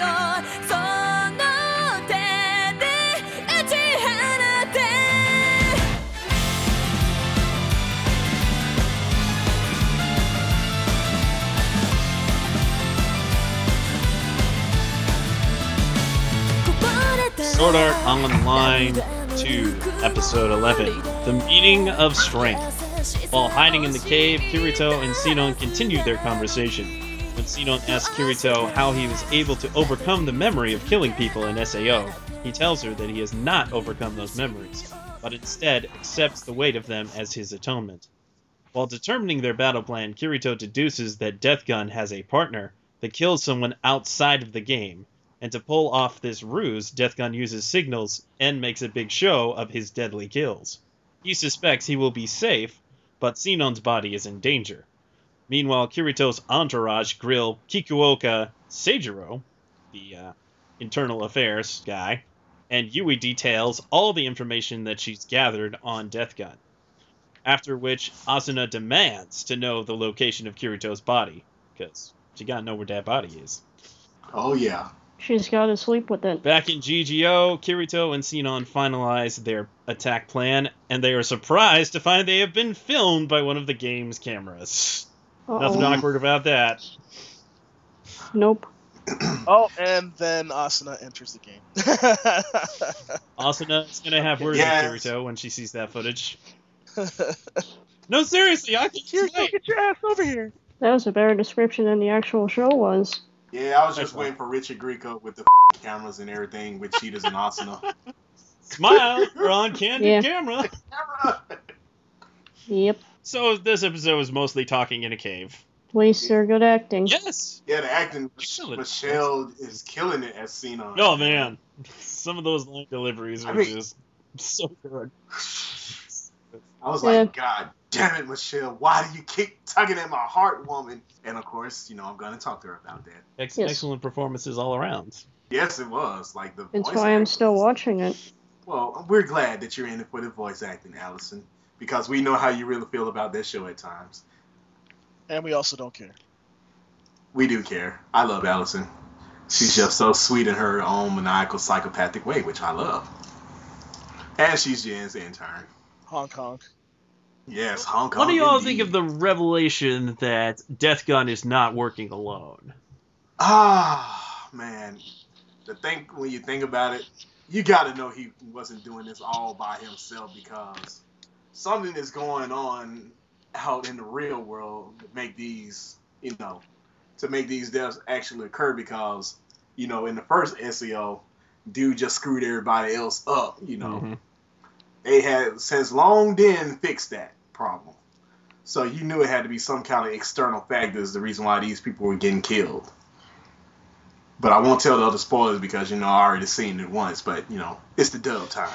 Speaker 7: その手で打ち放てこぼれた
Speaker 3: Sword Art Online 2, Episode 11 The Meaning of Strength. While hiding in the cave, Kirito and Sinon continue their conversation. When Sinon asks Kirito how he was able to overcome the memory of killing people in SAO, he tells her that he has not overcome those memories, but instead accepts the weight of them as his atonement. While determining their battle plan, Kirito deduces that Death Gun has a partner that kills someone outside of the game, and to pull off this ruse, Death Gun uses signals and makes a big show of his deadly kills. He suspects he will be safe, but Sinon's body is in danger. Meanwhile, Kirito's entourage grill Kikuoka Seijiro, the uh, internal affairs guy, and Yui details all the information that she's gathered on Death Gun. After which, Asuna demands to know the location of Kirito's body, because she gotta know where that body is.
Speaker 5: Oh, yeah.
Speaker 6: She's got to sleep with it.
Speaker 3: Back in GGO, Kirito and Sinon finalize their attack plan, and they are surprised to find they have been filmed by one of the game's cameras. Nothing
Speaker 6: Uh-oh.
Speaker 3: awkward about that.
Speaker 6: Nope.
Speaker 4: Oh, and then Asuna enters the [LAUGHS] game.
Speaker 3: Asuna is going to have words with
Speaker 5: Yes.
Speaker 3: Kirito when she sees that footage. No, seriously, I can
Speaker 4: Here, go
Speaker 3: relate.
Speaker 4: get your ass over here.
Speaker 6: That was a better description than the actual show was.
Speaker 5: Yeah, I was just
Speaker 3: Okay.
Speaker 5: waiting for Richard Grieco with the [LAUGHS] cameras and everything with cheetahs and Asuna. [LAUGHS]
Speaker 3: Smile, we're
Speaker 4: [LAUGHS]
Speaker 3: on candid
Speaker 6: Yeah.
Speaker 3: camera.
Speaker 5: Camera!
Speaker 6: Yep.
Speaker 3: So this episode was mostly talking in a cave.
Speaker 6: At least they're good acting.
Speaker 3: Yes.
Speaker 5: Yeah, the acting.
Speaker 3: Excellent.
Speaker 5: Michelle is killing it as Cena.
Speaker 3: Oh
Speaker 5: [LAUGHS]
Speaker 3: man, some of those line deliveries were
Speaker 5: I mean-
Speaker 3: just so good.
Speaker 5: I was like, God damn it, Michelle. Why do you keep tugging at my heart, woman? And of course, you know, I'm going to talk to her about that.
Speaker 3: Ex-
Speaker 6: Yes.
Speaker 3: Excellent performances all around.
Speaker 5: Yes, it was. Like, the
Speaker 6: That's
Speaker 5: voice
Speaker 6: why I'm
Speaker 5: acting
Speaker 6: still
Speaker 5: was-
Speaker 6: watching it.
Speaker 5: Well, we're glad that you're in it for the voice acting, Allison, because we know how you really feel about this show at times.
Speaker 4: And we also don't care.
Speaker 5: we do care. I love Allison. She's just so sweet in her own maniacal, psychopathic way, which I love. And she's Jen's intern.
Speaker 4: Hong Kong.
Speaker 5: Yes, Hong Kong.
Speaker 3: What do you all
Speaker 5: indeed.
Speaker 3: think of the revelation that Death Gun is not working alone?
Speaker 5: Ah, man. The thing when you think about it, you got to know he wasn't doing this all by himself because something is going on out in the real world to make these, you know, to make these deaths actually occur because, you know, in the first SEO, dude just screwed everybody else up, you know
Speaker 3: Mhm.
Speaker 5: they had since long then fixed that problem. So you knew it had to be some kind of external factors the reason why these people were getting killed. But I won't tell the other spoilers because you know I already seen it once. But you know it's the dub time.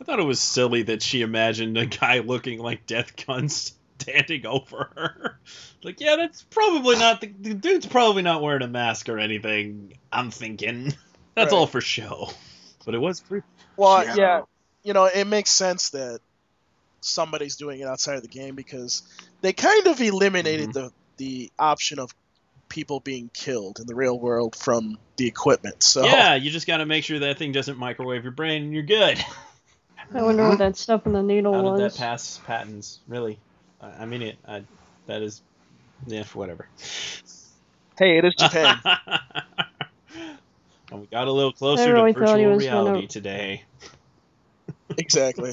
Speaker 3: I thought it was silly that she imagined a guy looking like Death Gun [LAUGHS] standing over her. [LAUGHS] Like, yeah, that's probably not the, the dude's probably not wearing a mask or anything. I'm thinking [LAUGHS] that's
Speaker 4: Right.
Speaker 3: all for show. But it was pretty.
Speaker 4: Well,
Speaker 5: Yeah.
Speaker 4: yeah, you know, it makes sense that somebody's doing it outside of the game because they kind of eliminated
Speaker 5: Mm-hmm.
Speaker 4: the the option of people being killed in the real world from the equipment. So
Speaker 3: Yeah, you just got to make sure that thing doesn't microwave your brain and you're good.
Speaker 6: I wonder what that stuff in the needle
Speaker 3: How did that
Speaker 6: was.
Speaker 3: pass patents? Really? I, I mean it. I, that is, yeah, whatever.
Speaker 4: hey, it is Japan.
Speaker 3: [LAUGHS] and we got a little closer
Speaker 6: really
Speaker 3: to
Speaker 6: thought he
Speaker 3: virtual
Speaker 6: was gonna-
Speaker 3: reality today.
Speaker 4: [LAUGHS] [LAUGHS] exactly.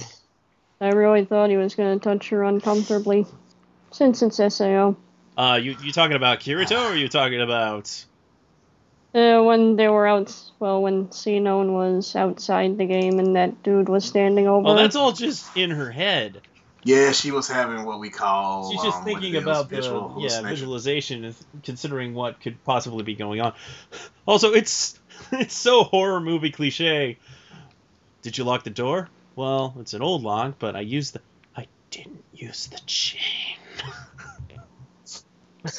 Speaker 6: I really thought he was going to touch her uncomfortably. Since it's SAO.
Speaker 3: Uh, you you talking about Kirito or you talking about?
Speaker 6: Uh, when they were out, well, when Xenon was outside the game and that dude was standing over.
Speaker 3: Well, oh, that's all just in her head.
Speaker 5: Yeah, she was having what we call.
Speaker 3: She's just
Speaker 5: um, what
Speaker 3: thinking
Speaker 5: it is,
Speaker 3: about the
Speaker 5: visual
Speaker 3: yeah
Speaker 5: hallucination.
Speaker 3: visualization and considering what could possibly be going on. [SIGHS] Also, it's [LAUGHS] it's so horror movie cliche. Did you lock the door? Well, it's an old lock, but I used the I didn't use the chain.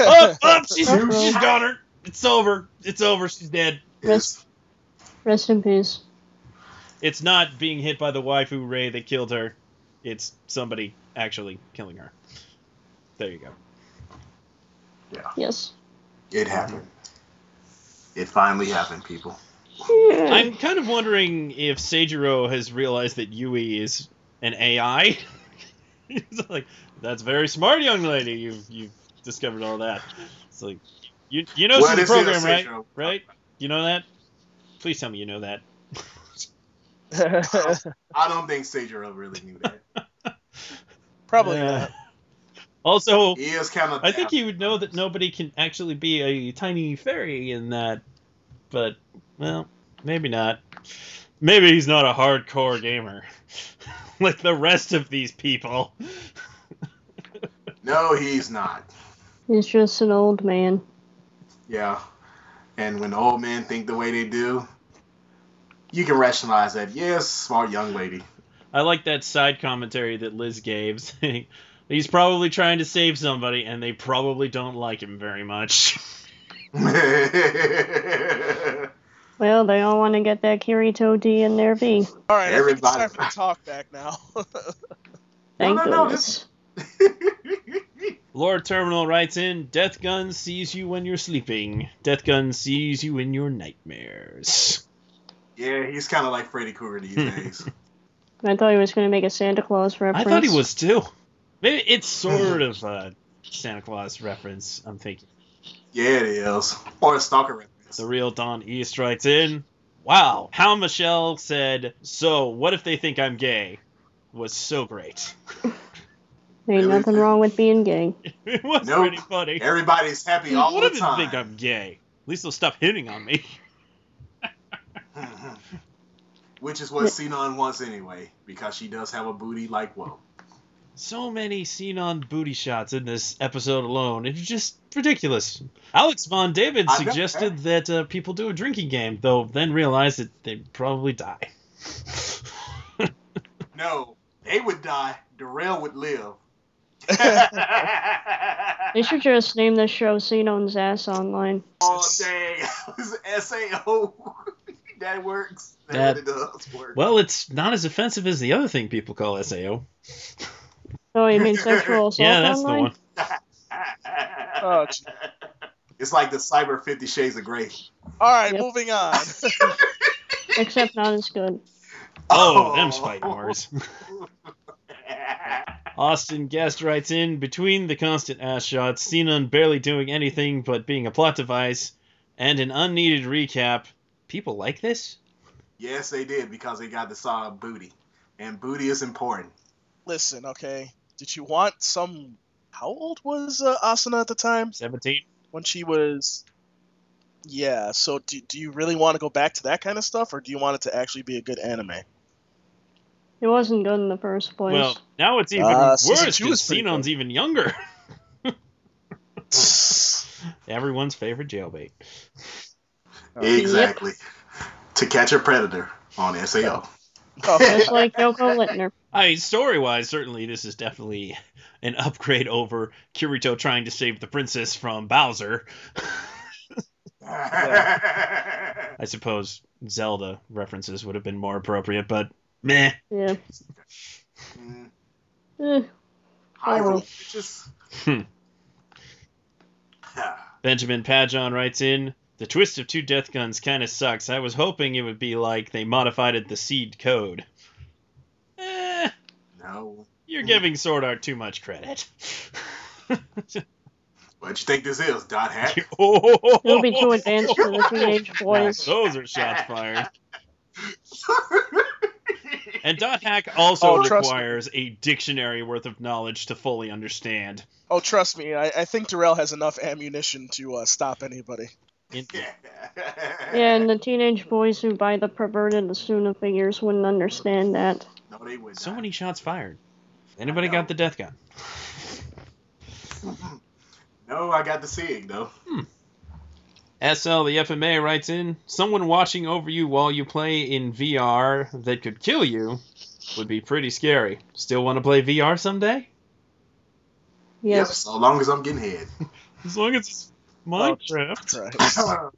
Speaker 3: up, up! She's
Speaker 6: Uh-oh.
Speaker 3: she's got her. It's over. It's over. She's dead.
Speaker 5: It's-
Speaker 6: Rest in peace.
Speaker 3: It's not being hit by the waifu ray that killed her. It's somebody actually killing her. There you go.
Speaker 6: Yes.
Speaker 5: It happened. It finally happened, people.
Speaker 6: Hmm.
Speaker 3: I'm kind of wondering if Seijiro has realized that Yui is an AI. [LAUGHS] He's like, that's very smart, young lady. You've you've discovered all that. It's like, you you know
Speaker 5: What
Speaker 3: she's a
Speaker 5: is it,
Speaker 3: program, right?
Speaker 5: Seijiro?
Speaker 3: Right? You know that? Please tell me you know that.
Speaker 5: I don't think Seijiro really knew that.
Speaker 4: Probably
Speaker 3: Yeah.
Speaker 4: not.
Speaker 3: Uh, [LAUGHS] Also,
Speaker 5: He is kind of.
Speaker 3: I think he would know that nobody can actually be a tiny fairy in that, but well, maybe not. Maybe he's not a hardcore gamer [LAUGHS] like the rest of these people.
Speaker 5: No, he's not.
Speaker 6: He's just an old man.
Speaker 5: Yeah. And when old men think the way they do, you can rationalize that. Yes, smart young lady. [LAUGHS]
Speaker 3: I like that side commentary that Liz gave. [LAUGHS] Saying, he's probably trying to save somebody, and they probably don't like him very much. [LAUGHS]
Speaker 5: Everybody.
Speaker 6: Well, they all want to get that Kirito D in their V.
Speaker 4: All right, I think
Speaker 5: Everybody-
Speaker 4: it's time for the talk back
Speaker 5: [LAUGHS]
Speaker 4: now. [LAUGHS]
Speaker 6: Thank
Speaker 5: no, no,
Speaker 6: goodness.
Speaker 3: Lord Terminal writes in Death Gun sees you when you're sleeping, Death Gun sees you in your nightmares.
Speaker 5: yeah, he's kind of like Freddy Krueger
Speaker 3: [LAUGHS]
Speaker 5: these days.
Speaker 6: I thought he was going to make a Santa Claus
Speaker 3: I
Speaker 6: reference.
Speaker 3: thought he was too. Maybe it's sort of a Santa Claus reference, I'm thinking.
Speaker 5: yeah, it is. Or a stalker reference.
Speaker 3: The real Don East writes in Wow, how Michelle said, So what if they think I'm gay? was so great. [LAUGHS]
Speaker 6: Ain't
Speaker 5: Really?
Speaker 6: nothing wrong with being gay.
Speaker 3: it was
Speaker 5: Nope.
Speaker 3: pretty funny.
Speaker 5: Everybody's happy all
Speaker 3: what
Speaker 5: the
Speaker 3: if they think
Speaker 5: time.
Speaker 3: I'm gay? At least they'll stop hitting on me. [LAUGHS]
Speaker 5: [LAUGHS] Which is what Xenon wants anyway, because she does have a booty like whoa.
Speaker 3: So many seen on booty shots in this episode alone. It's just ridiculous. Alex Von David
Speaker 5: I know,
Speaker 3: suggested that uh, people do a drinking game, though then realized that they'd probably die. [LAUGHS]
Speaker 5: No, they would die. Darrell
Speaker 3: [LAUGHS]
Speaker 5: would live. [LAUGHS]
Speaker 6: They should just name this show Xenon's Ass Online.
Speaker 5: all day. [LAUGHS] SAO. [LAUGHS] that works.
Speaker 3: That-
Speaker 5: That, really does work.
Speaker 3: Well, it's not as offensive as the other thing people call SAO.
Speaker 5: [LAUGHS]
Speaker 6: Oh, you mean sexual assault
Speaker 3: yeah, that's
Speaker 6: online?
Speaker 3: the one.
Speaker 4: Oh, gee.
Speaker 5: [LAUGHS] It's like the cyber Fifty Shades of Grey. [LAUGHS]
Speaker 4: All right,
Speaker 6: Yep.
Speaker 4: moving on. [LAUGHS]
Speaker 6: Except not as good.
Speaker 3: Oh, them's fighting words. Austin Guest writes in between the constant ass shots, Cenon barely doing anything but being a plot device, and an unneeded recap. People like this?
Speaker 5: Yes, they did because they got to saw booty, and booty is important.
Speaker 4: Listen, okay. Did you want some? How old was uh, Asuna at the time
Speaker 3: 17?
Speaker 4: when she was? Yeah. So do, do you really want to go back to that kind of stuff, or do you want it to actually be a good anime?
Speaker 6: It wasn't good in the first place.
Speaker 3: Well, now it's even
Speaker 4: Uh, season
Speaker 3: worse
Speaker 4: two
Speaker 3: because
Speaker 4: is pretty
Speaker 3: Cenon's even younger. [LAUGHS]
Speaker 4: That's
Speaker 3: Everyone's favorite jailbait.
Speaker 5: exactly. To catch a predator on SAO.
Speaker 4: Oh,
Speaker 6: Just like Yoko Littner.
Speaker 3: I mean, story wise, certainly this is definitely an upgrade over Kirito trying to save the princess from Bowser. I suppose Zelda references would have been more appropriate, but meh.
Speaker 6: Yeah.
Speaker 5: [LAUGHS] Mm,
Speaker 6: Eh,
Speaker 5: Hyrule, bitches.
Speaker 3: Hmm. Benjamin Pajon writes in The twist of two death guns kind of sucks. I was hoping it would be like they modified it the seed code. Eh,
Speaker 5: [SIGHS] no.
Speaker 4: Hmm.
Speaker 3: you're giving Sword Art too much
Speaker 6: [LAUGHS]
Speaker 3: credit.
Speaker 5: What you think this is,
Speaker 3: [LAUGHS]
Speaker 5: Dot Hat? [LAUGHS]
Speaker 3: oh,
Speaker 6: it'll be too advanced for the
Speaker 3: [LAUGHS]
Speaker 6: teenage boys.
Speaker 3: Those are shots fired. And dot hack
Speaker 4: [LAUGHS]
Speaker 3: also
Speaker 4: Oh, trust me.
Speaker 3: requires a dictionary worth of knowledge to fully understand.
Speaker 4: Oh, trust me. I, I think Darrell has enough ammunition to uh, stop anybody.
Speaker 3: In-
Speaker 6: Yeah, and the teenage boys who buy the perverted Asuna figures wouldn't understand that.
Speaker 5: [LAUGHS] No, they would.
Speaker 3: So
Speaker 5: not.
Speaker 3: many shots fired. Anybody
Speaker 5: know.
Speaker 3: got the death gun?
Speaker 5: No, I got to see it though.
Speaker 3: SL the FMA writes in someone watching over you while you play in VR that could kill you would be pretty scary. Still want to play VR someday?
Speaker 5: Yep.
Speaker 6: Yes.
Speaker 5: So long as I'm
Speaker 3: [LAUGHS]
Speaker 5: getting [LAUGHS] head.
Speaker 3: As long as it's
Speaker 4: [LAUGHS] Minecraft.
Speaker 5: [LAUGHS]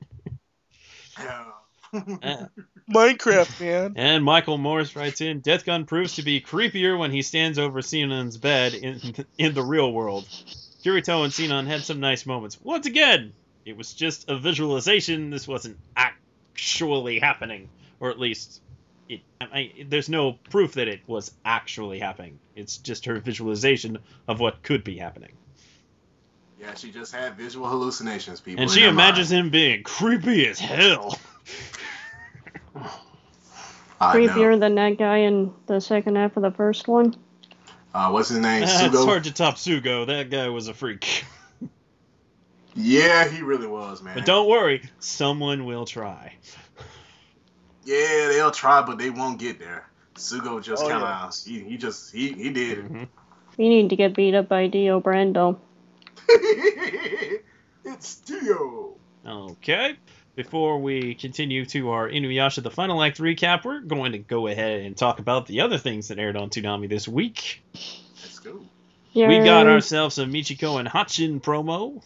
Speaker 4: Right.
Speaker 5: Yeah.
Speaker 4: Minecraft, man.
Speaker 3: and Michael Morris writes in Death Gun proves to be creepier when he stands over Cenon's bed in in the real world. Kirito and Cenon had some nice moments. Once again, it was just a visualization. This wasn't actually happening, or at least it. I, I- there's no proof that it was actually happening. It's just her visualization of what could be happening,
Speaker 5: yeah, she just had visual hallucinations, people.
Speaker 3: and
Speaker 5: in
Speaker 3: she
Speaker 5: her
Speaker 3: imagines
Speaker 5: mind.
Speaker 3: him being creepy as hell.
Speaker 5: I know.
Speaker 6: Creepier than that guy in the second half of the first one.
Speaker 5: Uh, what's his name?
Speaker 3: It's
Speaker 5: Sugo.
Speaker 3: hard to top Sugo. That guy was a freak.
Speaker 5: Yeah, he really was, man.
Speaker 3: But don't worry, someone will try.
Speaker 5: Yeah, they'll try, but they won't get there. Sugo just
Speaker 4: Oh,
Speaker 5: kind of
Speaker 4: yeah.
Speaker 5: he, he just he he did it.
Speaker 3: Mm-hmm.
Speaker 6: You need to get beat up by Dio Brando.
Speaker 4: Mm-hmm.
Speaker 5: [LAUGHS] it's Dio.
Speaker 3: Okay. Before we continue to our Inuyasha the Final Act recap, we're going to go ahead and talk about the other things that aired on Toonami this week.
Speaker 5: Let's go.
Speaker 6: Yay.
Speaker 3: We got ourselves a Michiko and Hachin promo.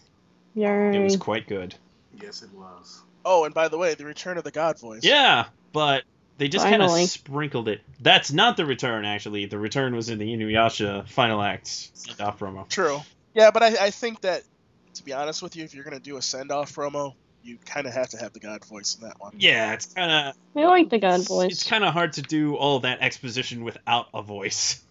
Speaker 6: Yay.
Speaker 3: It was quite good.
Speaker 5: Yes, it was.
Speaker 4: Oh, and by the way, the return of the God voice.
Speaker 3: Yeah, but they just kind of
Speaker 6: Finally.
Speaker 3: sprinkled it. That's not the return, actually. The return was in the Inuyasha Final Act send off promo.
Speaker 4: True. Yeah, but I, I think that, to be honest with you, if you're gonna do a send off promo, you kind of have to have the God voice in that one.
Speaker 3: Yeah, it's kind of
Speaker 6: I like the God voice.
Speaker 3: it's kind of hard to do all that exposition without a voice.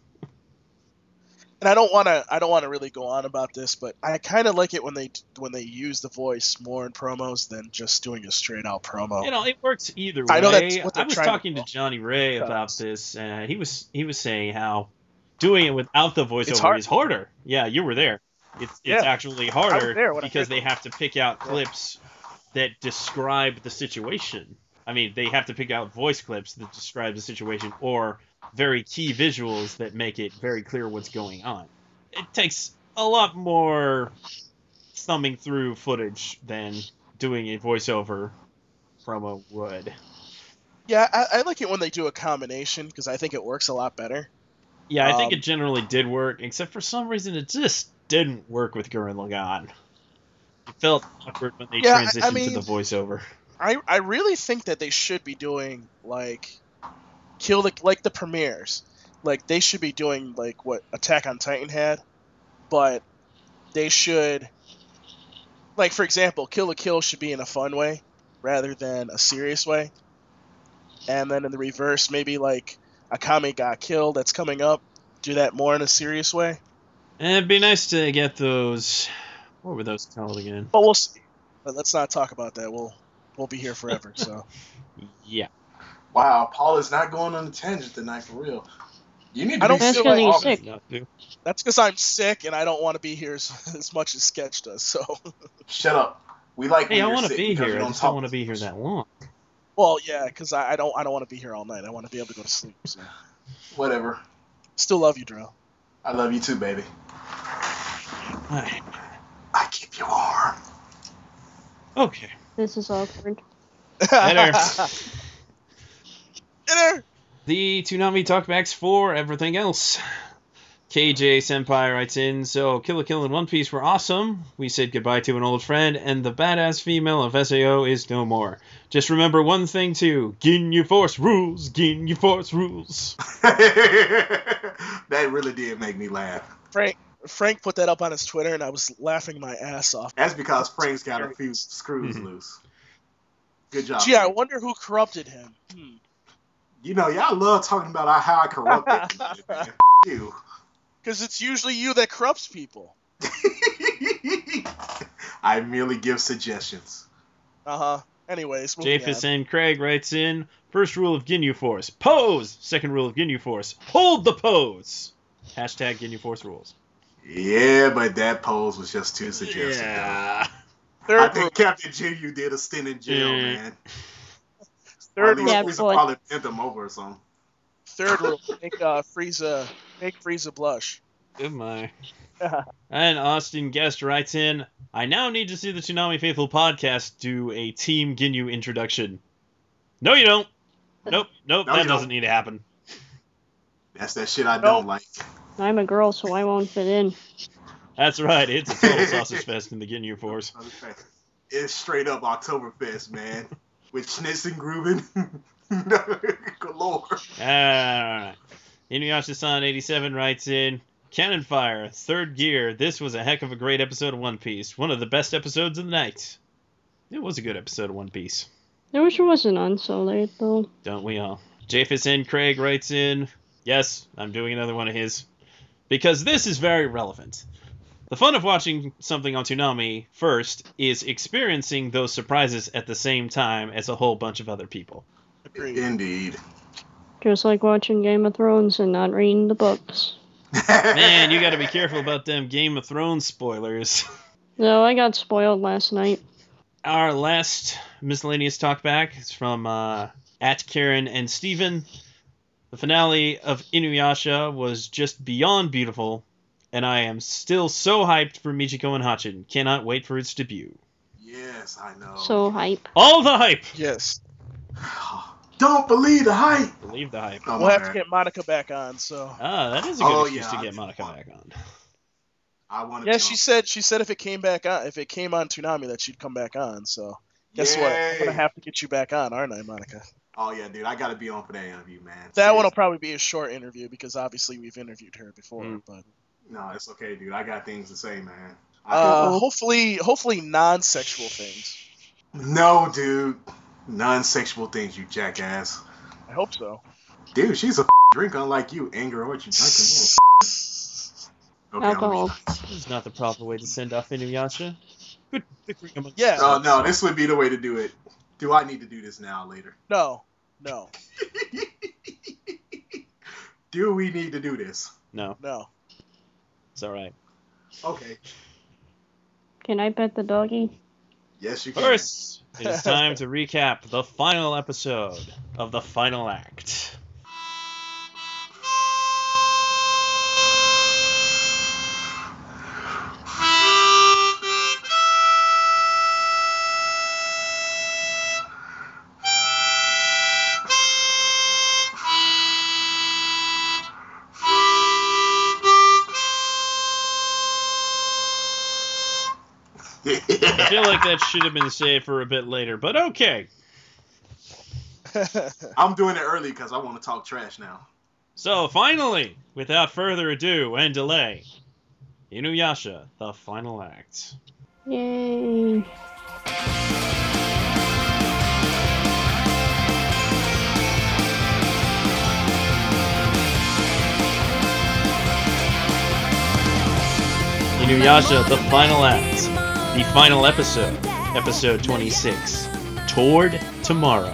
Speaker 4: And I don't wanna I don't wanna really go on about this, but I kind of like it when they when they use the voice more in promos than just doing a straight out promo.
Speaker 3: You know, it works either way.
Speaker 4: I know that's what
Speaker 3: I
Speaker 4: they're
Speaker 3: was
Speaker 4: trying to
Speaker 3: talking to
Speaker 4: do.
Speaker 3: Johnny Ray
Speaker 4: Yeah.
Speaker 3: about this, and he was he was saying how doing it without the voiceover
Speaker 4: hard.
Speaker 3: is harder. Yeah, you were there. It's
Speaker 4: Yeah.
Speaker 3: it's actually harder
Speaker 4: there when I
Speaker 3: because
Speaker 4: heard
Speaker 3: they have to pick out clips that describe the situation. I mean, they have to pick out voice clips that describe the situation or very key visuals that make it very clear what's going on. It takes a lot more thumbing through footage than doing a voiceover promo would.
Speaker 4: yeah, I, I like it when they do a combination because I think it works a lot better.
Speaker 3: Yeah, I think
Speaker 4: Um,
Speaker 3: it generally did work, except for some reason it just didn't work with Gurren Lagann. It felt awkward when they
Speaker 4: Yeah, I- I
Speaker 3: transitioned
Speaker 4: mean-
Speaker 3: to the voiceover.
Speaker 4: I I really think that they should be doing like kill the like the premieres. Like they should be doing like what Attack on Titan had, but they should like for example, Kill a Kill should be in a fun way rather than a serious way. And then in the reverse, maybe like Akame got killed that's coming up, do that more in a serious way.
Speaker 3: And Eh, it'd be nice to get those. What were those called again?
Speaker 4: But we'll see. But let's not talk about that. We'll we'll be here forever. So
Speaker 3: Yeah.
Speaker 5: Wow, Paul is not going on a tangent tonight for real. You need to
Speaker 4: I don't
Speaker 5: be
Speaker 4: feel like-
Speaker 5: sick often.
Speaker 6: Sick.
Speaker 3: Not to.
Speaker 4: that's because I'm sick and I don't want to be here as, [LAUGHS] as much as Sketch does. So [LAUGHS]
Speaker 5: Shut up. We like
Speaker 3: Hey, I
Speaker 5: want to
Speaker 3: be here. I just don't want to be here that long.
Speaker 4: well, yeah, because I, I don't I don't want to be here all night. I want to be able to go to sleep. So
Speaker 5: Whatever.
Speaker 4: still love you, Drill.
Speaker 5: I love you too, baby.
Speaker 3: Alright.
Speaker 5: I keep you warm. [LAUGHS]
Speaker 3: Okay.
Speaker 6: This is awkward.
Speaker 3: Later.
Speaker 4: [LAUGHS] Later.
Speaker 3: The Toonami Talkbacks for everything else. [LAUGHS] KJ Senpai writes in, so Kill a Kill and One Piece were awesome. We said goodbye to an old friend, and the badass female of SAO is no more. Just remember one thing too Ginyu Force rules! Ginyu Force rules!
Speaker 5: that really did make me laugh.
Speaker 4: Frank Frank put that up on his Twitter and I was laughing my ass off.
Speaker 5: That's because Frank's got a few screws
Speaker 3: Mhm.
Speaker 5: loose. Good job.
Speaker 4: Gee, I
Speaker 5: Frank.
Speaker 4: wonder who corrupted him. Hmm.
Speaker 5: you know, y'all love talking about how I corrupted
Speaker 4: [LAUGHS]
Speaker 5: you, man. you. [LAUGHS]
Speaker 4: Because it's usually you that corrupts people.
Speaker 5: I merely give suggestions.
Speaker 4: Uh huh. Anyways, moving on.
Speaker 3: Japhison Craig writes in, first rule of Ginyu Force, pose! Second rule of Ginyu Force, hold the pose! Hashtag Ginyu Force rules.
Speaker 5: Yeah, but that pose was just too suggestive. I
Speaker 4: Third,
Speaker 5: think Captain Jiu did a stint in jail,
Speaker 3: Yeah.
Speaker 5: man. Or
Speaker 4: third,
Speaker 5: at least
Speaker 6: Yeah,
Speaker 5: Frieza
Speaker 6: boy.
Speaker 5: probably bent him over or something.
Speaker 4: third rule: make uh, Frieza, make Frieza blush.
Speaker 3: Good my. and Austin Guest writes in, I now need to see the Tsunami Faithful podcast do a Team Ginyu introduction. No, you don't. Nope, nope,
Speaker 5: No, you
Speaker 3: that
Speaker 5: don't.
Speaker 3: doesn't need to happen.
Speaker 5: That's that shit I don't like. [LAUGHS]
Speaker 6: I'm a girl, so I won't fit in.
Speaker 3: That's right, it's a
Speaker 5: [LAUGHS]
Speaker 3: total sausage fest in the Ginyu Force.
Speaker 5: It's straight up Oktoberfest, man. [LAUGHS] With Schnitz and Grubin. [LAUGHS] Galore.
Speaker 3: Alright. Inuyasha-san 87 writes in, Cannon Fire, third gear. This was a heck of a great episode of One Piece. One of the best episodes of the night. It was a good episode of One Piece.
Speaker 6: I wish it wasn't on so late, though.
Speaker 3: Don't we all? Japhison Craig writes in, Yes, I'm doing another one of his. Because this is very relevant. The fun of watching something on Toonami first is experiencing those surprises at the same time as a whole bunch of other people.
Speaker 4: Agreed.
Speaker 5: Indeed.
Speaker 6: Just like watching Game of Thrones and not reading the books.
Speaker 3: Man, you gotta be careful about them Game of Thrones spoilers. [LAUGHS]
Speaker 6: No, I got spoiled last night.
Speaker 3: Our last miscellaneous talkback is from uh, at Karen and Steven. The finale of Inuyasha was just beyond beautiful, and I am still so hyped for Michiko and Hachin. Cannot wait for its debut.
Speaker 5: Yes, I know.
Speaker 6: So hype.
Speaker 3: All the hype!
Speaker 4: Yes,
Speaker 5: [SIGHS] Don't believe the hype.
Speaker 3: Believe the hype.
Speaker 5: Oh,
Speaker 4: we'll have to
Speaker 5: man.
Speaker 4: get Monica back on. So
Speaker 3: Ah, that is a good
Speaker 5: Oh,
Speaker 3: excuse
Speaker 5: yeah,
Speaker 3: to
Speaker 5: I
Speaker 3: get
Speaker 5: did
Speaker 3: Monica
Speaker 5: want-
Speaker 3: back on.
Speaker 5: I want to
Speaker 4: yeah, she said she said if it came back on, if it came on Toonami, that she'd come back on. So guess what? I'm gonna have to get you back on, aren't I, Monica?
Speaker 5: Oh yeah, dude, I gotta be on for that interview, man.
Speaker 4: That one
Speaker 5: Seriously.
Speaker 4: will probably be a short interview because obviously we've interviewed her before.
Speaker 3: Mm.
Speaker 4: But
Speaker 5: No, it's okay, dude. I got things to say, man. I
Speaker 4: uh, hopefully, hopefully non-sexual things.
Speaker 5: no, dude. Non-sexual things, you jackass.
Speaker 4: I hope so.
Speaker 5: Dude, she's a [LAUGHS] drink unlike you, anger or you drinking. Okay, I'm-
Speaker 6: Alcohol.
Speaker 3: This is not the proper way to send off Inuyasha. Good bickering amongst
Speaker 4: Yeah.
Speaker 5: No,
Speaker 3: yourselves.
Speaker 5: Oh, no, this would be the way to do it. Do I need to do this now, later?
Speaker 4: No, no,
Speaker 5: Do we need to do this?
Speaker 3: No,
Speaker 4: no. [LAUGHS]
Speaker 3: it's alright.
Speaker 5: Okay.
Speaker 6: Can I pet the doggy?
Speaker 5: Yes, you can.
Speaker 3: First, it is time to recap the final episode of the final act. I feel like that should have been saved for a bit later, but okay.
Speaker 5: [LAUGHS] I'm doing it early because I want to talk trash now.
Speaker 3: So finally, without further ado and delay, Inuyasha, the final act.
Speaker 6: Yay.
Speaker 3: Inuyasha, the final act, the final episode, episode 26, Toward Tomorrow.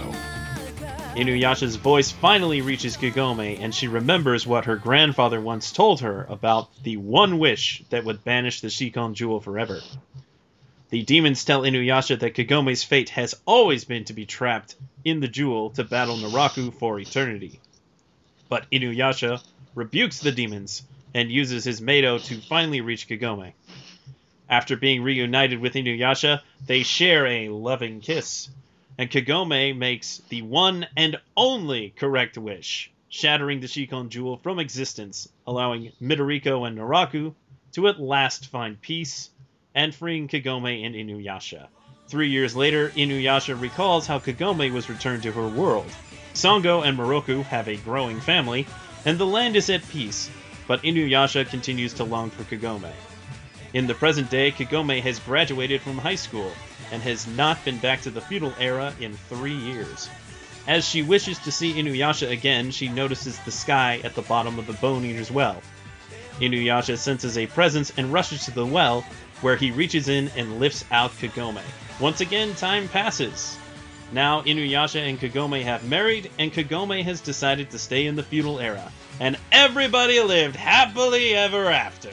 Speaker 3: Inuyasha's voice finally reaches Kagome, and she remembers what her grandfather once told her about the one wish that would banish the Shikon Jewel forever. The demons tell Inuyasha that Kagome's fate has always been to be trapped in the jewel to battle Naraku for eternity. But Inuyasha rebukes the demons and uses his Mado to finally reach Kagome. After being reunited with Inuyasha, they share a loving kiss, and Kagome makes the one and only correct wish, shattering the Shikon Jewel from existence, allowing Midoriko and Naraku to at last find peace and freeing Kagome and Inuyasha. Three years later, Inuyasha recalls how Kagome was returned to her world. Sango and Moroku have a growing family, and the land is at peace, but Inuyasha continues to long for Kagome. In the present day, Kagome has graduated from high school and has not been back to the feudal era in three years. As she wishes to see Inuyasha again, she notices the sky at the bottom of the Bone Eater's well. Inuyasha senses a presence and rushes to the well, where he reaches in and lifts out Kagome. Once again, time passes. Now Inuyasha and Kagome have married, and Kagome has decided to stay in the feudal era. And everybody lived happily ever after.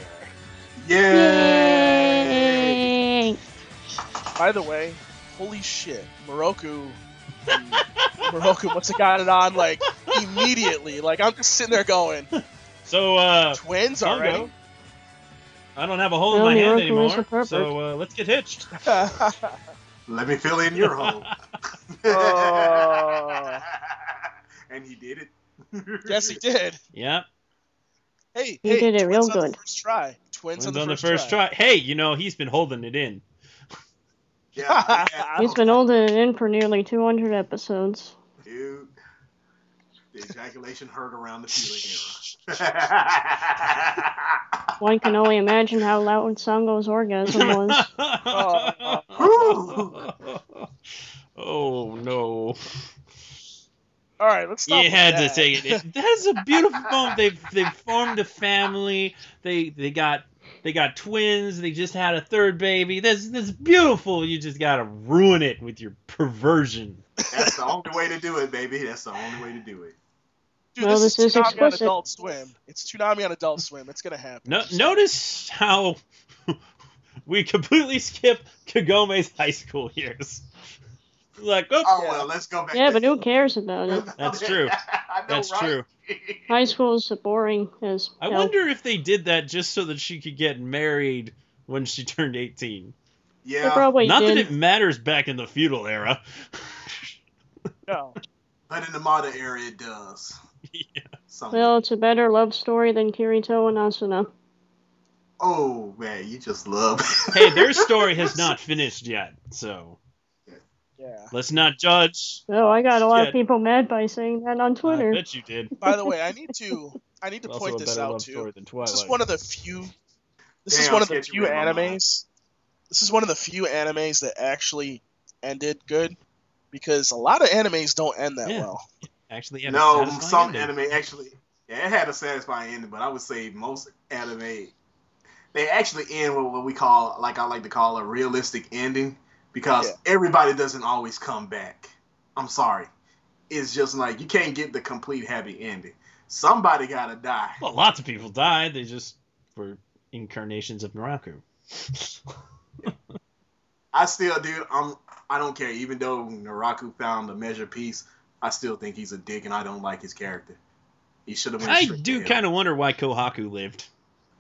Speaker 5: Yay!
Speaker 6: Yay.
Speaker 4: By the way, holy shit, Moroku. Moroku must have got it on like immediately. Like I'm just sitting there going,
Speaker 3: So, uh,
Speaker 4: twins
Speaker 3: I'll
Speaker 4: already.
Speaker 3: go. I don't have a hole in
Speaker 6: Well,
Speaker 3: my hand
Speaker 6: Miracle is
Speaker 3: anymore,
Speaker 6: perfect.
Speaker 3: so uh, let's get
Speaker 4: [LAUGHS]
Speaker 3: hitched.
Speaker 5: Let me fill in your hole.
Speaker 4: Oh.
Speaker 5: and he did it.
Speaker 4: yes,
Speaker 5: [LAUGHS]
Speaker 4: he did.
Speaker 3: Yeah,
Speaker 4: Hey,
Speaker 6: He
Speaker 4: hey,
Speaker 6: did it real
Speaker 4: twins on the
Speaker 6: good.
Speaker 4: first try. Twins
Speaker 3: wins
Speaker 4: on the first,
Speaker 3: try. Hey, you know he's been holding it in.
Speaker 5: Yeah, yeah.
Speaker 4: [LAUGHS]
Speaker 6: He's been holding it in for nearly 200 episodes.
Speaker 5: Dude, the ejaculation heard around the Pele
Speaker 4: [LAUGHS]
Speaker 5: era.
Speaker 6: One can only imagine how loud
Speaker 5: [LAUGHS]
Speaker 6: Sango's orgasm was.
Speaker 4: [LAUGHS]
Speaker 3: [LAUGHS]
Speaker 4: oh.
Speaker 3: oh no!
Speaker 4: All right, let's
Speaker 3: [LAUGHS]
Speaker 4: stop.
Speaker 3: you
Speaker 4: with
Speaker 3: had to
Speaker 4: that.
Speaker 3: take it. That's a beautiful moment. They've they've formed a family. They they got they got twins. They just had a third baby. That's that's beautiful. You just gotta ruin it with your perversion.
Speaker 5: That's the only way to do it, baby. That's the only way to do it.
Speaker 4: Dude,
Speaker 6: Well,
Speaker 4: this,
Speaker 6: this
Speaker 4: is
Speaker 6: is
Speaker 4: Toonami
Speaker 6: explicit.
Speaker 4: on Adult Swim. It's Toonami on Adult Swim. It's
Speaker 3: [LAUGHS]
Speaker 4: gonna happen.
Speaker 3: No, notice how [LAUGHS] we completely skip Kagome's high school years. [LAUGHS] Like, oh,
Speaker 5: Oh
Speaker 4: Yeah.
Speaker 5: well, let's go back.
Speaker 6: Yeah,
Speaker 5: to
Speaker 6: but
Speaker 5: [LAUGHS]
Speaker 6: who cares about it?
Speaker 3: That's true.
Speaker 5: I know,
Speaker 3: That's
Speaker 5: right?
Speaker 3: true.
Speaker 6: High school is boring as
Speaker 3: I
Speaker 6: hell.
Speaker 3: wonder if they did that just so that she could get married when she [LAUGHS] turned 18.
Speaker 6: They
Speaker 5: Yeah,
Speaker 6: probably
Speaker 3: Not
Speaker 6: did.
Speaker 3: that it matters back in the feudal
Speaker 6: [LAUGHS]
Speaker 3: era.
Speaker 4: no.
Speaker 5: but in the modern era,
Speaker 3: [LAUGHS]
Speaker 5: it does. Somewhat.
Speaker 6: Well, it's a better love story than Kirito and Asuna.
Speaker 5: oh man, you just love.
Speaker 3: hey,
Speaker 5: [LAUGHS]
Speaker 3: their story has not finished yet, so
Speaker 4: Yeah.
Speaker 3: let's not judge.
Speaker 6: Oh, I got a lot
Speaker 3: Shit.
Speaker 6: of people mad by saying that on Twitter.
Speaker 3: I bet you did.
Speaker 4: By the way, I need to
Speaker 3: [LAUGHS]
Speaker 4: I need to
Speaker 3: It's also
Speaker 4: point
Speaker 3: a
Speaker 4: this
Speaker 3: better
Speaker 4: out
Speaker 3: love
Speaker 4: too.
Speaker 3: story than
Speaker 4: This is
Speaker 3: Twilight.
Speaker 4: one of the few. This is
Speaker 5: Damn,
Speaker 4: one of the
Speaker 5: Sketch, you
Speaker 4: few
Speaker 5: read my mind.
Speaker 4: animes. This is one of the few animes that actually ended good, because a lot of animes don't end that
Speaker 3: Yeah.
Speaker 4: well. [LAUGHS]
Speaker 3: Actually, yeah,
Speaker 5: no,
Speaker 3: satisfying
Speaker 5: some
Speaker 3: ending.
Speaker 5: anime actually. Yeah, it had a satisfying ending, but I would say most anime, they actually end with what we call, like I like to call, a realistic ending, because
Speaker 4: Yeah.
Speaker 5: everybody doesn't always come back. I'm sorry, it's just like you can't get the complete happy ending. Somebody gotta die.
Speaker 3: Well, lots of people died. They just were incarnations of Naraku.
Speaker 5: I still, dude, I'm. I don't care. Even though Naraku found the measure piece, I still think he's a dick, and I don't like his character. He should have.
Speaker 3: I do kind of wonder why Kohaku lived.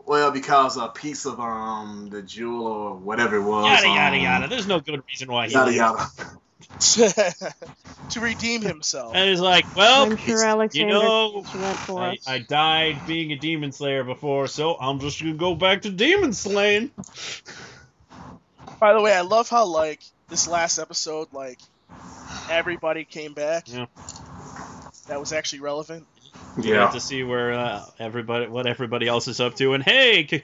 Speaker 5: Well, because a piece of um the jewel or whatever it was.
Speaker 3: Yada
Speaker 5: um,
Speaker 3: yada yada. There's no good reason why he
Speaker 5: Yada
Speaker 3: lived.
Speaker 5: yada.
Speaker 4: to redeem himself.
Speaker 3: And it's like, well,
Speaker 6: I'm sure Alexander
Speaker 3: you know,
Speaker 6: answered that for
Speaker 3: I,
Speaker 6: us.
Speaker 3: I died being a demon slayer before, so I'm just gonna go back to demon slaying.
Speaker 4: By the way, I love how like this last episode, like everybody came back.
Speaker 3: Yeah.
Speaker 4: That was actually relevant.
Speaker 3: You
Speaker 5: [LAUGHS]
Speaker 3: have to see where uh, everybody, [LAUGHS] what everybody else is up to, and hey, c-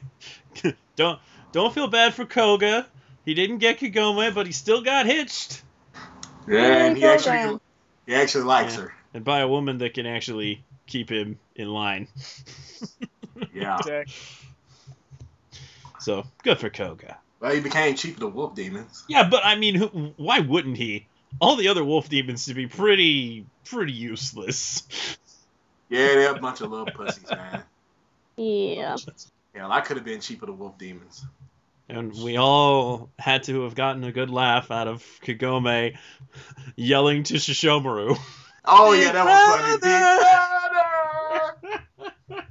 Speaker 3: c- don't don't feel bad for Koga. He didn't get Kagome, but he still got hitched.
Speaker 5: Yeah, and he
Speaker 6: go
Speaker 5: actually
Speaker 6: down.
Speaker 5: he actually likes
Speaker 3: Yeah.
Speaker 5: her.
Speaker 3: And by a woman that can actually keep him in line. Ah.
Speaker 5: Yeah.
Speaker 4: Exactly.
Speaker 3: So good for Koga.
Speaker 5: Well, he became chief of the wolf demons.
Speaker 3: Yeah, but I mean, who, why wouldn't he? All the other wolf demons to be pretty, pretty useless.
Speaker 5: Yeah, they're a bunch of little pussies, man.
Speaker 6: Yeah.
Speaker 5: Hell, I could have been chief of the wolf demons.
Speaker 3: And we all had to have gotten a good laugh out of Kagome yelling to Shishomaru.
Speaker 5: Oh yeah, that
Speaker 3: [LAUGHS]
Speaker 5: was funny.
Speaker 3: Brother!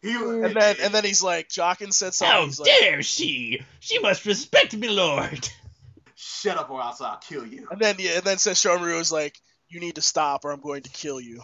Speaker 5: He,
Speaker 4: And then and then he's like, Jockin said
Speaker 3: Oh,
Speaker 4: something. he's like,
Speaker 3: she? She must respect me, Lord.
Speaker 5: shut up or else I'll kill you.
Speaker 4: and then yeah, and then says Shomaru is like, you need to stop or I'm going to kill you.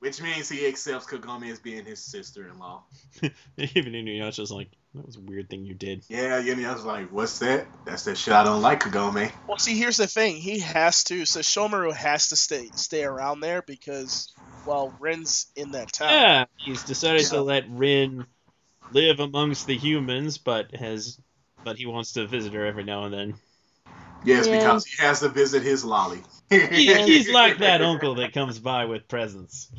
Speaker 5: Which means he accepts Kagome as being his sister-in-law.
Speaker 3: [LAUGHS] Even Inuyasha's like, that was a weird thing you did.
Speaker 5: Yeah, yeah. and I was like, what's that? That's that shit I don't like, Kagome.
Speaker 4: Well, see, here's the thing. He has to. So Shomaru has to stay stay around there because, well, Ren's in that
Speaker 5: Oh.
Speaker 4: town.
Speaker 3: Yeah, he's decided
Speaker 4: Yeah.
Speaker 3: to let Rin live amongst the humans, but has, but he wants to visit her every now and then.
Speaker 5: Yes,
Speaker 6: Yeah.
Speaker 5: because he has to visit his lolly.
Speaker 3: He, he's like that uncle that comes by with presents.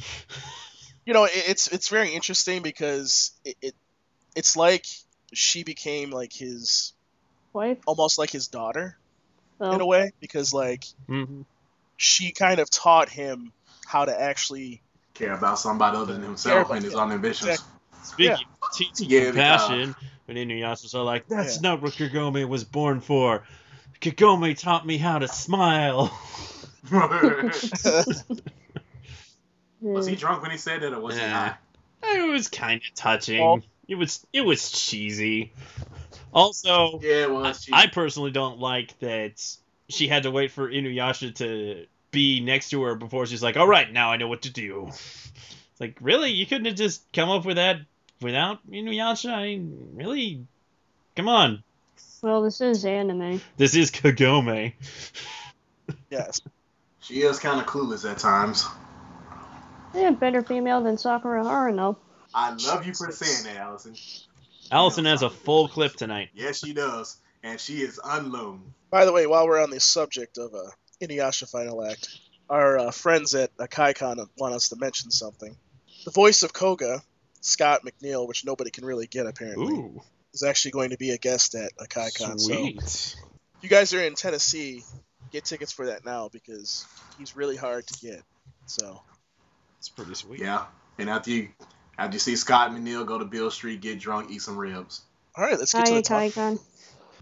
Speaker 4: You know, it, it's it's very interesting because it, it it's like she became like his
Speaker 6: Wife?
Speaker 4: almost like his daughter in a
Speaker 6: Oh.
Speaker 4: way because like
Speaker 3: Mhm.
Speaker 4: she kind of taught him how
Speaker 3: [LAUGHS]
Speaker 4: to actually
Speaker 5: [LAUGHS] Care about somebody other than
Speaker 4: Care
Speaker 5: himself
Speaker 4: about-
Speaker 5: and his own ambitions.
Speaker 4: Exactly.
Speaker 3: Speaking
Speaker 4: Yeah.
Speaker 3: of teaching
Speaker 5: Yeah,
Speaker 3: compassion, when Inuyasha's all like, "That's
Speaker 4: Yeah.
Speaker 3: not what Kagome was born for. Kagome taught me how to smile." [LAUGHS]
Speaker 5: [LAUGHS] was he
Speaker 6: Yeah.
Speaker 5: drunk when he said that, or was he
Speaker 3: Yeah.
Speaker 5: not?
Speaker 3: It was kind of touching.
Speaker 4: Oh.
Speaker 3: It was it was cheesy. Also,
Speaker 5: Yeah, well, she,
Speaker 3: I personally don't like that she had to wait for Inuyasha to be next to her before she's like, "All right, now I know what to do." [LAUGHS] It's like, really, you couldn't have just come up with that without Inuyasha? I mean, really, come on.
Speaker 6: Well, this is anime.
Speaker 3: This is Kagome.
Speaker 4: yes
Speaker 5: she is kind of clueless at times.
Speaker 6: Yeah, better female than Sakura Haruno.
Speaker 5: I love you for saying that, Allison.
Speaker 3: Allison has a full clip tonight.
Speaker 5: Yes, she does, and she is unloaned.
Speaker 4: by the way while we're on the subject of uh, inuyasha final act our uh, friends at akaicon want us to mention something the voice of koga scott mcneil which nobody can really get apparently
Speaker 3: Ooh,
Speaker 4: is actually going to be a guest at akaicon so if
Speaker 3: sweet.
Speaker 4: you guys are in tennessee get tickets for that now because he's really hard to get so
Speaker 3: It's pretty sweet.
Speaker 5: Yeah, and after you, after you see Scott McNeil go to Bill Street, get drunk, eat some ribs.
Speaker 4: all right let's
Speaker 6: Hi,
Speaker 4: get to the talk
Speaker 6: Kaikon.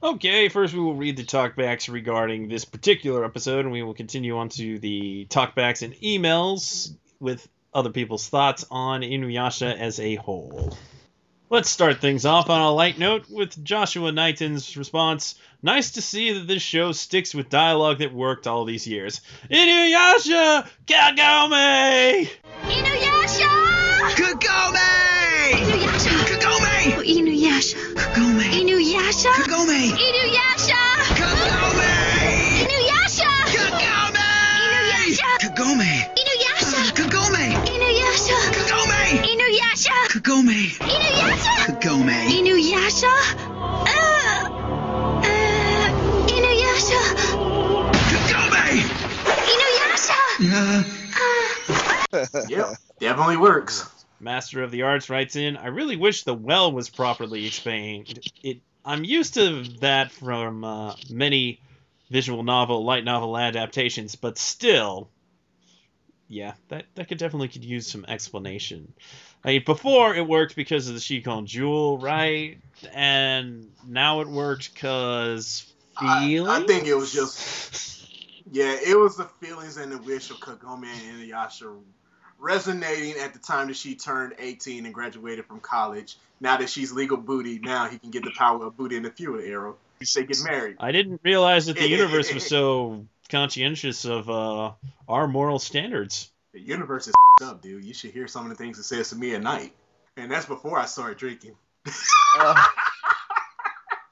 Speaker 3: Okay, first we will read the talkbacks regarding this particular episode, and we will continue on to the talkbacks and emails with other people's thoughts on Inuyasha as a whole. Let's start things off on a light note with Joshua Knighton's response. Nice to see that this show sticks with dialogue that worked all these years. Inuyasha! Kagome!
Speaker 7: Inuyasha!
Speaker 8: Kagome!
Speaker 7: Inuyasha!
Speaker 8: Kagome!
Speaker 7: Inuyasha!
Speaker 8: Kagome!
Speaker 7: Inuyasha!
Speaker 8: Kagome!
Speaker 7: Inuyasha!
Speaker 8: Kagome!
Speaker 7: Inuyasha!
Speaker 8: Kagome! Kagome!
Speaker 7: Inuyasha!
Speaker 8: Kagome!
Speaker 7: Inuyasha!
Speaker 8: Kagome!
Speaker 7: Inuyasha!
Speaker 8: Kagome!
Speaker 7: Inuyasha!
Speaker 8: Kagome!
Speaker 7: Inuyasha? Uh, uh, Inuyasha!
Speaker 8: Kagome!
Speaker 7: Inuyasha!
Speaker 8: Uh,
Speaker 5: Yep, [LAUGHS] definitely works.
Speaker 3: Master of the Arts writes in, I really wish the well was properly explained. It I'm used to that from uh, many visual novel, light novel adaptations, but still yeah, that, that could definitely could use some explanation. I mean, before it worked because of the Shikon Jewel, right? And now it worked because
Speaker 5: I,
Speaker 3: feeling.
Speaker 5: I think it was just, yeah, it was the feelings and the wish of Kagome and Inuyasha resonating at the time that she turned 18 and graduated from college. Now that she's legal booty, now he can get the power of booty and the fewer arrow. They get married.
Speaker 3: I didn't realize
Speaker 5: [LAUGHS]
Speaker 3: that the universe was so conscientious of uh, our moral standards.
Speaker 5: The universe is up, dude. You should hear some of the things it says to me at night. And that's before I started drinking.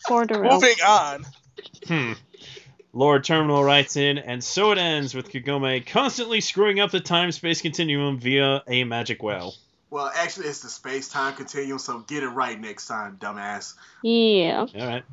Speaker 6: Cordero.
Speaker 4: Uh, moving
Speaker 3: [LAUGHS]
Speaker 4: on
Speaker 3: Hmm. Lord Terminal writes in, and so it ends with Kagome constantly screwing up the time space continuum via a magic well.
Speaker 5: Well, actually, it's the space time continuum, so get it right next time, dumbass.
Speaker 6: Yeah.
Speaker 3: All right.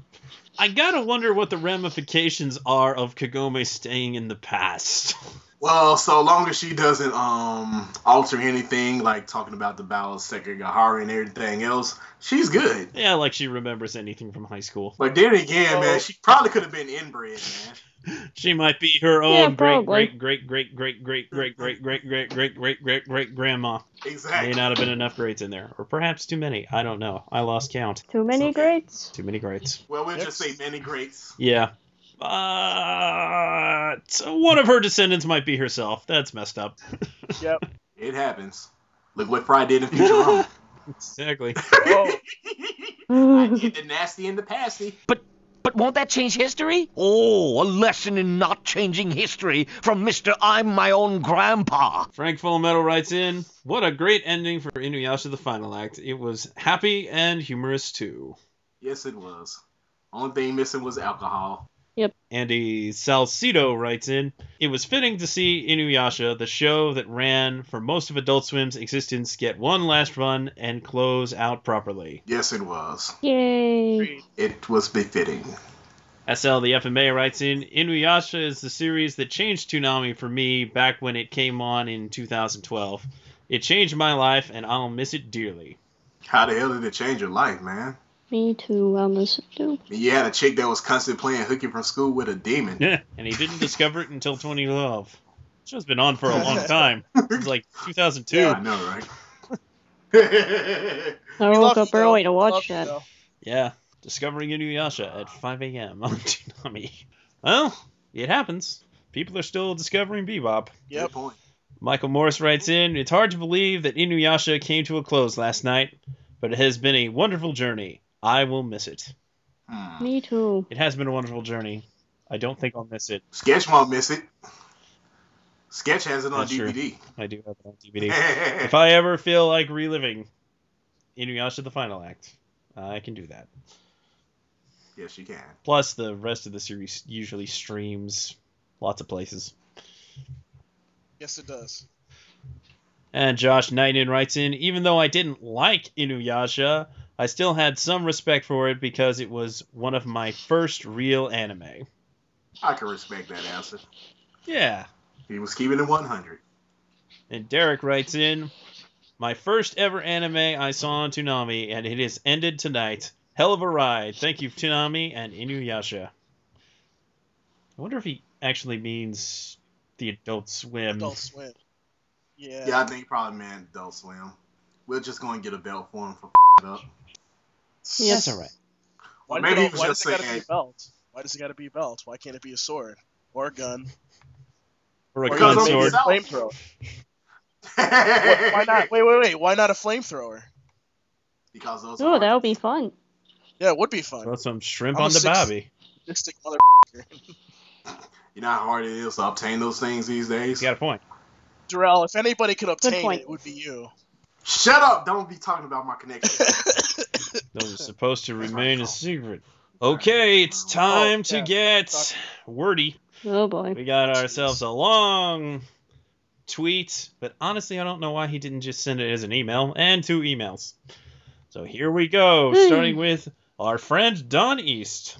Speaker 3: I gotta wonder what the ramifications are of Kagome staying in the past.
Speaker 5: Well, so long as she doesn't um alter anything, like talking about the Battle of Sekigahara and everything else, she's good.
Speaker 3: yeah, like she remembers anything from high school.
Speaker 5: But then again, man,
Speaker 4: Well-
Speaker 5: she probably could have been inbred, man.
Speaker 3: She might be her
Speaker 6: Yeah,
Speaker 3: own great
Speaker 6: probably.
Speaker 3: great great great great great great great great great great great great great grandma. May
Speaker 5: Exactly.
Speaker 3: not have been enough greats in there, or perhaps too many. I don't know. I lost count.
Speaker 6: Too many
Speaker 5: okay.
Speaker 6: greats.
Speaker 3: Too many greats.
Speaker 5: Well, we'll just say
Speaker 4: Yes.
Speaker 5: many greats.
Speaker 3: Yeah. But one of her descendants might be herself. That's messed up.
Speaker 4: Yep.
Speaker 5: It happens. Look what Fry did in Futurama.
Speaker 3: Exactly.
Speaker 4: Whoa.
Speaker 6: [LAUGHS]
Speaker 5: I did the nasty and the pasty.
Speaker 9: But won't that change history? Oh, a lesson in not changing history from Mr. I'm my own grandpa.
Speaker 3: [LAUGHS] Frank Full Metal writes in, "What a great ending for Inuyasha the final act. It was happy and humorous too."
Speaker 5: Yes, it was. Only thing missing was alcohol.
Speaker 3: Andy Salcido writes in, It was fitting to see Inuyasha, the show that ran for most of Adult Swim's existence, get one last run and close out properly.
Speaker 5: Yes, it was.
Speaker 6: Yay.
Speaker 4: Agreed.
Speaker 5: It was befitting.
Speaker 3: SL the FMA writes in, Inuyasha is the series that changed Toonami for me back when it came on in 2012. It changed my life and I'll miss it dearly.
Speaker 5: How the hell did it change your life, man?
Speaker 6: Me too. I'll miss it too.
Speaker 5: I mean, You had a chick that was constantly playing hooky from school with a demon.
Speaker 3: and he didn't discover it until 2012. The show's been on for a long time. It was like 2002.
Speaker 5: Yeah, I
Speaker 3: Yeah.
Speaker 5: know,
Speaker 3: [LAUGHS]
Speaker 5: right?
Speaker 6: I
Speaker 4: We
Speaker 6: woke
Speaker 4: love
Speaker 6: up
Speaker 4: you,
Speaker 6: early
Speaker 4: though.
Speaker 6: to
Speaker 4: We love
Speaker 6: watch
Speaker 4: you,
Speaker 6: that.
Speaker 4: though.
Speaker 3: Discovering Inuyasha at 5 a.m. on [LAUGHS] Toonami. Well, it happens. People are still discovering bebop.
Speaker 5: Good
Speaker 4: Yep.
Speaker 5: point.
Speaker 3: Michael Morris writes in It's hard to believe that Inuyasha came to a close last night, but it has been a wonderful journey. I will miss it.
Speaker 5: Hmm.
Speaker 6: Me too.
Speaker 3: It has been a wonderful journey. I don't think I'll miss it.
Speaker 5: Sketch won't miss it. Sketch has it on
Speaker 3: That's true.
Speaker 5: DVD.
Speaker 3: I do have it on DVD. if I ever feel like reliving Inuyasha the final act, I can do that.
Speaker 5: [LAUGHS] yes, you can.
Speaker 3: Plus, the rest of the series usually streams lots of places.
Speaker 4: Yes, it does.
Speaker 3: And Josh Knighton writes in, even though I didn't like Inuyasha, I still had some respect for it because it was one of my first real anime.
Speaker 5: I can respect that answer.
Speaker 3: Yeah.
Speaker 5: He was keeping it 100.
Speaker 3: And Derek writes in, my first ever anime I saw on Toonami, and it has ended tonight. Hell of a ride. Thank you, Toonami and Inuyasha. I wonder if he actually means the Adult Swim.
Speaker 4: Adult Swim. Yeah.
Speaker 5: Yeah, I think he probably meant Adult Swim. We're just going to get a belt for him for it up.
Speaker 6: Yep.
Speaker 3: That's all right.
Speaker 4: Why,
Speaker 5: Maybe
Speaker 4: Maybe
Speaker 5: he was
Speaker 4: why
Speaker 5: just
Speaker 4: does it gotta
Speaker 5: saying-
Speaker 4: be a belt? Why does it gotta be a belt? Why can't it be a sword or a gun
Speaker 3: Or a
Speaker 4: or
Speaker 5: gun
Speaker 3: gun
Speaker 5: on
Speaker 4: maybe
Speaker 3: sword.
Speaker 5: himself.
Speaker 4: a flamethrower? Why why not? Wait, wait, wait. Why not a flamethrower?
Speaker 5: [LAUGHS] Because those
Speaker 6: Oh,
Speaker 5: are
Speaker 6: that would be fun.
Speaker 4: Yeah, it would be fun.
Speaker 3: Throw some shrimp
Speaker 4: I'm a
Speaker 3: on the
Speaker 4: six-
Speaker 3: bobby.
Speaker 4: Mystic mother. [LAUGHS]
Speaker 5: You know how hard it is to obtain those things these days?
Speaker 3: You got a point.
Speaker 4: Darrell, if anybody could obtain
Speaker 6: point.
Speaker 4: it, it would be you. [LAUGHS]
Speaker 5: Shut up! Don't be talking about my connection. [LAUGHS]
Speaker 3: Those are supposed to
Speaker 5: That's
Speaker 3: remain
Speaker 5: my
Speaker 3: a
Speaker 5: fault.
Speaker 3: secret. Okay, it's time to
Speaker 4: Oh, yeah.
Speaker 3: get
Speaker 4: Fuck.
Speaker 3: wordy.
Speaker 6: Oh boy.
Speaker 3: We got ourselves a long tweet, but honestly, I don't know why he didn't just send it as an email and two emails. So here we go,
Speaker 6: Hmm.
Speaker 3: starting with our friend Don East.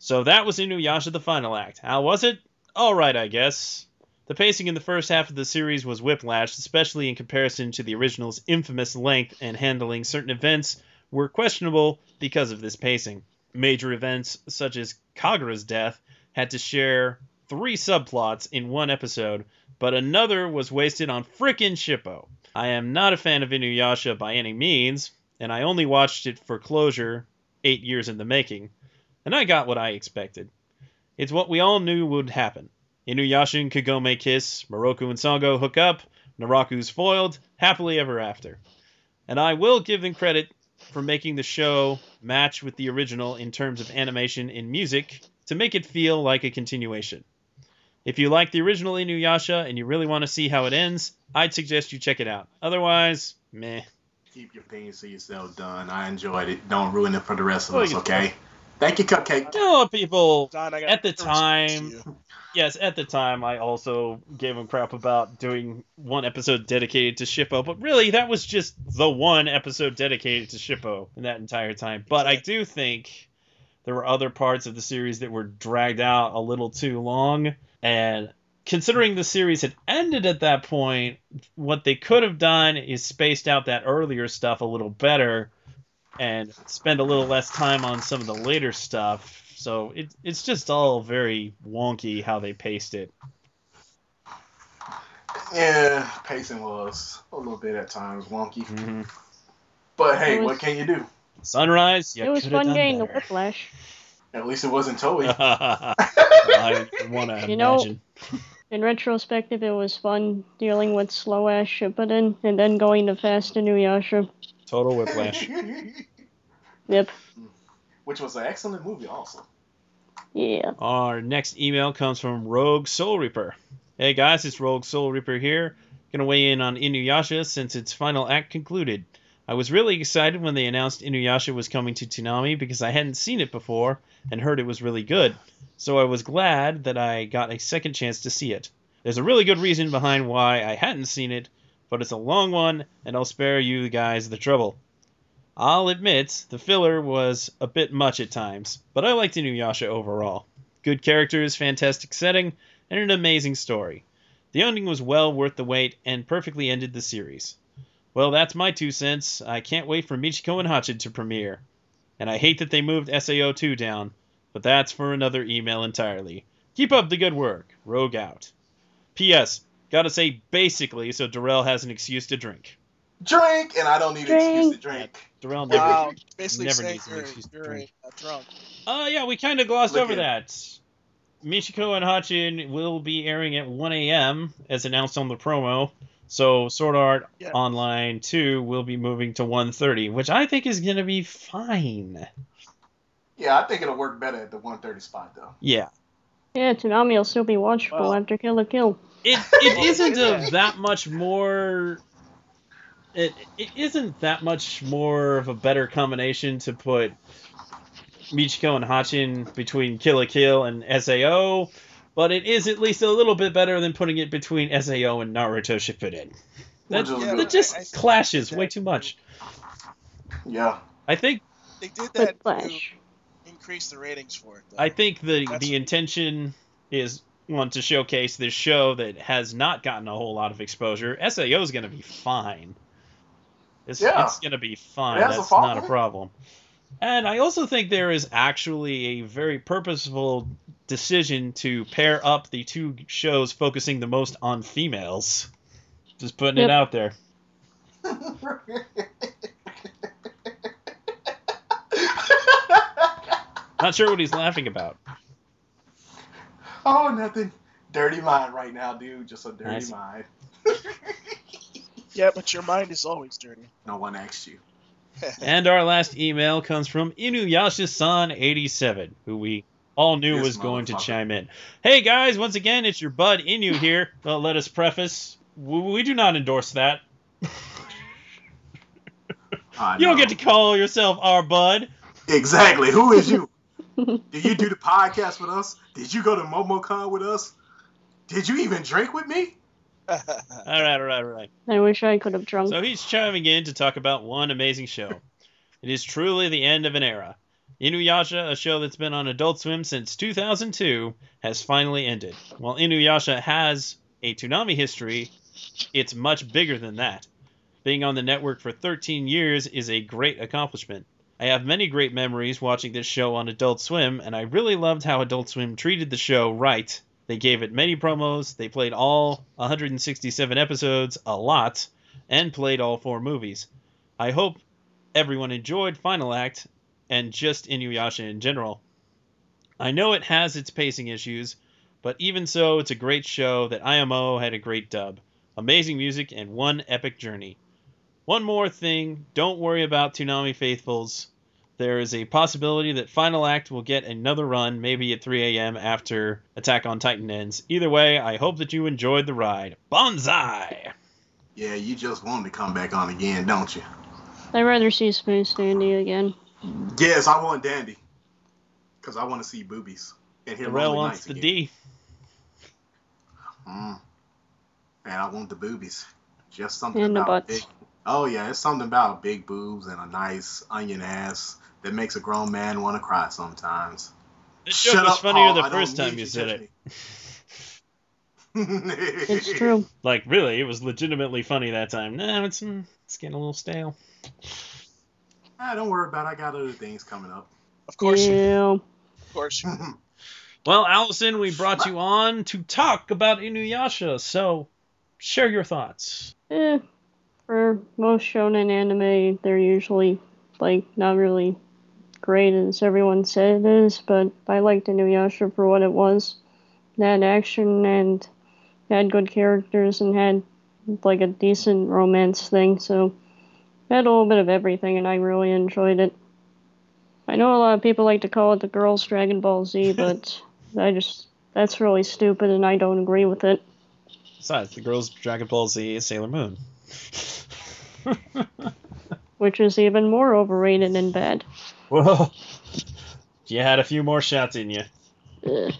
Speaker 3: So that was Inuyasha the final act. How was it? All right, I guess. The pacing in the first half of the series was whiplash, especially in comparison to the original's infamous length and handling certain events were questionable because of this pacing. Major events such as Kagura's death had to share three subplots in one episode, but another was wasted on frickin' Shippo. I am not a fan of Inuyasha by any means, and I only watched it for closure eight years in the making, and I got what I expected. It's what we all knew would happen. Inuyasha and Kagome kiss, Moroku and Sango hook up, Naraku's foiled, happily ever after. And I will give them credit for making the show match with the original in terms of animation and music to make it feel like a continuation. If you like the original Inuyasha and you really want to see how it ends, I'd suggest you check it out. Otherwise, meh.
Speaker 5: Keep your opinions to yourself, Don. I enjoyed it. Don't ruin it for the rest of us, okay? Thank you, Cupcake.
Speaker 3: No, people.
Speaker 4: Don, I got
Speaker 3: At the
Speaker 4: to respond
Speaker 3: time-
Speaker 4: to you.
Speaker 3: Yes, at the time I also gave him crap about doing one episode dedicated to Shippo, but really that was just the one episode dedicated to Shippo in that entire time. But I do think there were other parts of the series that were dragged out a little too long, and considering the series had ended at that point, what they could have done is spaced out that earlier stuff a little better and spend a little less time on some of the later stuff. So it, it's just all very wonky how they paced it.
Speaker 5: Yeah, pacing was a little bit at times wonky.
Speaker 3: hmm
Speaker 5: But hey,
Speaker 6: It was-
Speaker 5: what can you do?
Speaker 3: Sunrise, you
Speaker 6: it was
Speaker 3: coulda
Speaker 6: fun
Speaker 3: done
Speaker 6: getting the
Speaker 3: better.
Speaker 6: whiplash.
Speaker 5: At least it wasn't Toei.
Speaker 3: [LAUGHS] I want to
Speaker 6: You know-
Speaker 3: imagine.
Speaker 6: In retrospective, it was fun dealing with slow ass Shippuden and then going to fast Inuyasha.
Speaker 3: Total whiplash.
Speaker 5: [LAUGHS]
Speaker 6: Yep.
Speaker 5: Which was an excellent movie, also.
Speaker 6: Yeah.
Speaker 3: Our next email comes from Rogue Soul Reaper. Hey guys, it's Rogue Soul Reaper here. Gonna weigh in on Inuyasha since its final act concluded. I was really excited when they announced Inuyasha was coming to Toonami because I hadn't seen it before and heard it was really good. So I was glad that I got a second chance to see it. There's a really good reason behind why I hadn't seen it, but it's a long one and I'll spare you guys the trouble. I'll admit, the filler was a bit much at times, but I liked Inuyasha overall. Good characters, fantastic setting, and an amazing story. The ending was well worth the wait and perfectly ended the series. Well, that's my two cents. I can't wait for Michiko and Hachid to premiere. And I hate that they moved SAO2 down, but that's for another email entirely. Keep up the good work. Rogue out. P.S. Gotta say basically so Darrell has an excuse to drink.
Speaker 5: Drink, and I don't need an excuse to drink.
Speaker 3: Darrell never.
Speaker 4: Wow, basically
Speaker 3: Never
Speaker 4: saying
Speaker 3: needs an
Speaker 4: you're,
Speaker 3: excuse to
Speaker 4: you're a,
Speaker 3: drink.
Speaker 4: a drunk.
Speaker 3: Uh, yeah, we kind of glossed
Speaker 5: Look
Speaker 3: over
Speaker 5: at-
Speaker 3: that. Michiko and Hachin will be airing at 1 a.m. as announced on the promo. So Sword Art
Speaker 4: Yeah.
Speaker 3: Online 2 will be moving to 1:30, which I think is gonna be fine.
Speaker 5: Yeah, I think it'll work better at the 130 spot, though.
Speaker 3: Yeah,
Speaker 6: Yeah, Tsunami will still be watchable
Speaker 4: Well-
Speaker 6: after Kill la Kill.
Speaker 3: it it
Speaker 4: Well,
Speaker 3: isn't
Speaker 4: yeah.
Speaker 3: a, that much more. It, it isn't that much more of a better combination to put Michiko and Hachin between Kill a Kill and SAO, but it is at least a little bit better than putting it between SAO and Naruto Shippuden. That,
Speaker 5: Which is
Speaker 4: Yeah,
Speaker 3: that
Speaker 4: but
Speaker 5: good.
Speaker 3: just
Speaker 4: I- I think
Speaker 3: clashes
Speaker 4: that-
Speaker 3: way too much.
Speaker 5: Yeah. [LAUGHS]
Speaker 3: I think
Speaker 4: They did that to
Speaker 6: Whiplash.
Speaker 4: increase the ratings for it. Though.
Speaker 3: I think the
Speaker 4: That's-
Speaker 3: the intention is one to showcase this show that has not gotten a whole lot of exposure. SAO is going to be fine. It's,
Speaker 5: Yeah.
Speaker 3: it's going to be fine.
Speaker 5: It has a
Speaker 3: That's not a
Speaker 5: following.
Speaker 3: problem. And I also think there is actually a very purposeful decision to pair up the two shows focusing the most on females. Just putting
Speaker 6: Yep.
Speaker 3: it out there. Not sure what he's laughing about.
Speaker 5: oh, nothing. Dirty mind right now, dude. Just a dirty
Speaker 3: Nice.
Speaker 5: mind. [LAUGHS]
Speaker 4: Yeah, but your mind is always dirty.
Speaker 5: No one asked you.
Speaker 3: And our last email comes from Inuyasha-san87, who we all knew
Speaker 5: Yes,
Speaker 3: was going to
Speaker 5: motherfucker.
Speaker 3: chime in. Hey guys, once again, it's your bud Inu here. Uh, let us preface: we, we do not endorse that.
Speaker 5: I
Speaker 3: You don't
Speaker 5: know.
Speaker 3: get to call yourself our bud.
Speaker 5: Exactly. Who is you? Did you do the podcast with us? Did you go to MomoCon with us? Did you even drink with me?
Speaker 3: All right, all right, all right.
Speaker 6: I wish I could have drunk.
Speaker 3: So he's chiming in to talk about one amazing show. It is truly the end of an era. Inuyasha, a show that's been on Adult Swim since 2002, has finally ended. While Inuyasha has a Toonami history, it's much bigger than that. Being on the network for 13 years is a great accomplishment. I have many great memories watching this show on Adult Swim, and I really loved how Adult Swim treated the show right. They gave it many promos, they played all 167 episodes a lot, and played all four movies. I hope everyone enjoyed Final Act and just Inuyasha in general. I know it has its pacing issues, but even so, it's a great show that IMO had a great dub, amazing music, and one epic journey. One more thing don't worry about Toonami Faithfuls. There is a possibility that Final Act will get another run, maybe at 3 a.m. after Attack on Titan ends. Either way, I hope that you enjoyed the ride. Bonsai!
Speaker 5: Yeah, you just want to come back on again, don't you?
Speaker 6: I'd rather see Space Dandy again.
Speaker 5: Yes, I want Dandy. because I want to see boobies and hit
Speaker 3: Darrell
Speaker 5: Lonely
Speaker 3: wants
Speaker 5: Nights
Speaker 3: the
Speaker 5: again.
Speaker 3: D.
Speaker 5: Mm. And I want the boobies. Just something
Speaker 6: And the
Speaker 5: about
Speaker 6: butts.
Speaker 5: big. Oh yeah, it's something about big boobs and a nice onion ass that makes a grown man want to cry sometimes.
Speaker 3: This joke
Speaker 5: Shut
Speaker 3: was
Speaker 5: up,
Speaker 3: funnier
Speaker 5: Paul,
Speaker 3: the
Speaker 5: I don't
Speaker 3: first time
Speaker 5: need
Speaker 3: you
Speaker 5: to
Speaker 3: said it.
Speaker 5: touch me.
Speaker 4: [LAUGHS]
Speaker 6: It's
Speaker 5: [LAUGHS]
Speaker 6: true.
Speaker 3: Like, really, it was legitimately funny that time. No, it's mm, it's getting a little stale.
Speaker 5: Ah, don't worry about. it. I got other things coming up.
Speaker 4: Of course, you,
Speaker 6: Yeah.
Speaker 4: of course. You.
Speaker 3: Well, Allison, we brought you on to talk about Inuyasha, so share your thoughts.
Speaker 6: Eh, for most shonen anime, they're usually like not really great as everyone said it is, but I liked Inuyasha for what it was. It had action and had good characters and had like a decent romance thing, so it had a little bit of everything, and I really enjoyed it. I know a lot of people like to call it the girls' Dragon Ball Z, but I just that's really stupid, and I don't agree with it.
Speaker 3: Besides, the girls Dragon Ball Z is Sailor Moon.
Speaker 6: which is even more overrated and bad.
Speaker 3: Whoa. [LAUGHS] You had a few more shots in you.
Speaker 6: Ugh.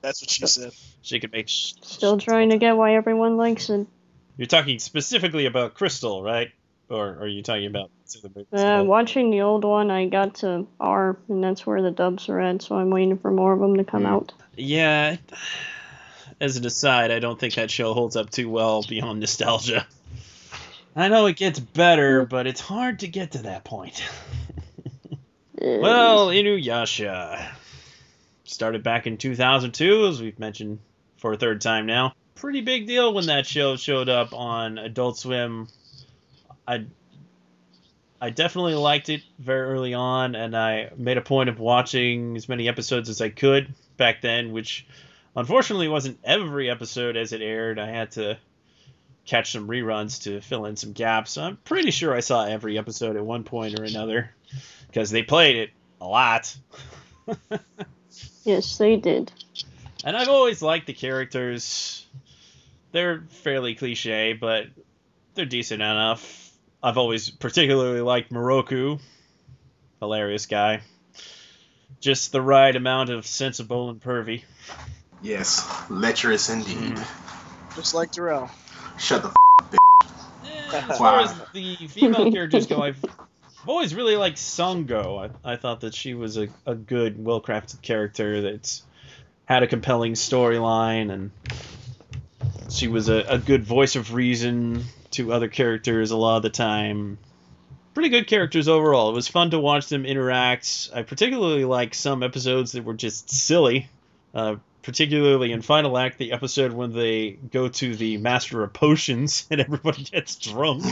Speaker 4: That's what she said.
Speaker 3: She could make. Sh-
Speaker 6: [LAUGHS] Still trying to get why everyone likes it.
Speaker 3: You're talking specifically about Crystal, right? Or, are you talking about Sailor Moon?
Speaker 6: Uh, watching the old one, I got to R, and that's where the dubs are at, so I'm waiting for more of them to come
Speaker 5: Hmm.
Speaker 6: out.
Speaker 3: Yeah. As an aside, I don't think that show holds up too well beyond nostalgia. I know it gets better, but it's hard to get to that point. [LAUGHS]
Speaker 6: Ugh.
Speaker 3: Well, Inuyasha started back in 2002, as we've mentioned for a third time now. Pretty big deal when that show showed up on Adult Swim. I I definitely liked it very early on, and I made a point of watching as many episodes as I could back then, which unfortunately wasn't every episode as it aired. I had to catch some reruns to fill in some gaps. I'm pretty sure I saw every episode at one point or another because they played it a lot.
Speaker 6: yes, they did.
Speaker 3: And I've always liked the characters. They're fairly cliche, but they're decent enough. I've always particularly liked Moroku. Hilarious guy. Just the right amount of sensible and pervy.
Speaker 5: Yes, lecherous indeed.
Speaker 3: Mm-hmm.
Speaker 4: Just like Darrell.
Speaker 5: Shut the. F-
Speaker 3: As far as the female characters go, I've, I've always really liked Sungo. I, I thought that she was a, a good, well crafted character that's had a compelling storyline, and she was a, a good voice of reason to other characters a lot of the time. Pretty good characters overall. It was fun to watch them interact. I particularly like some episodes that were just silly. Uh, particularly in Final Act, the episode when they go to the Master of Potions [LAUGHS] and everybody gets drunk.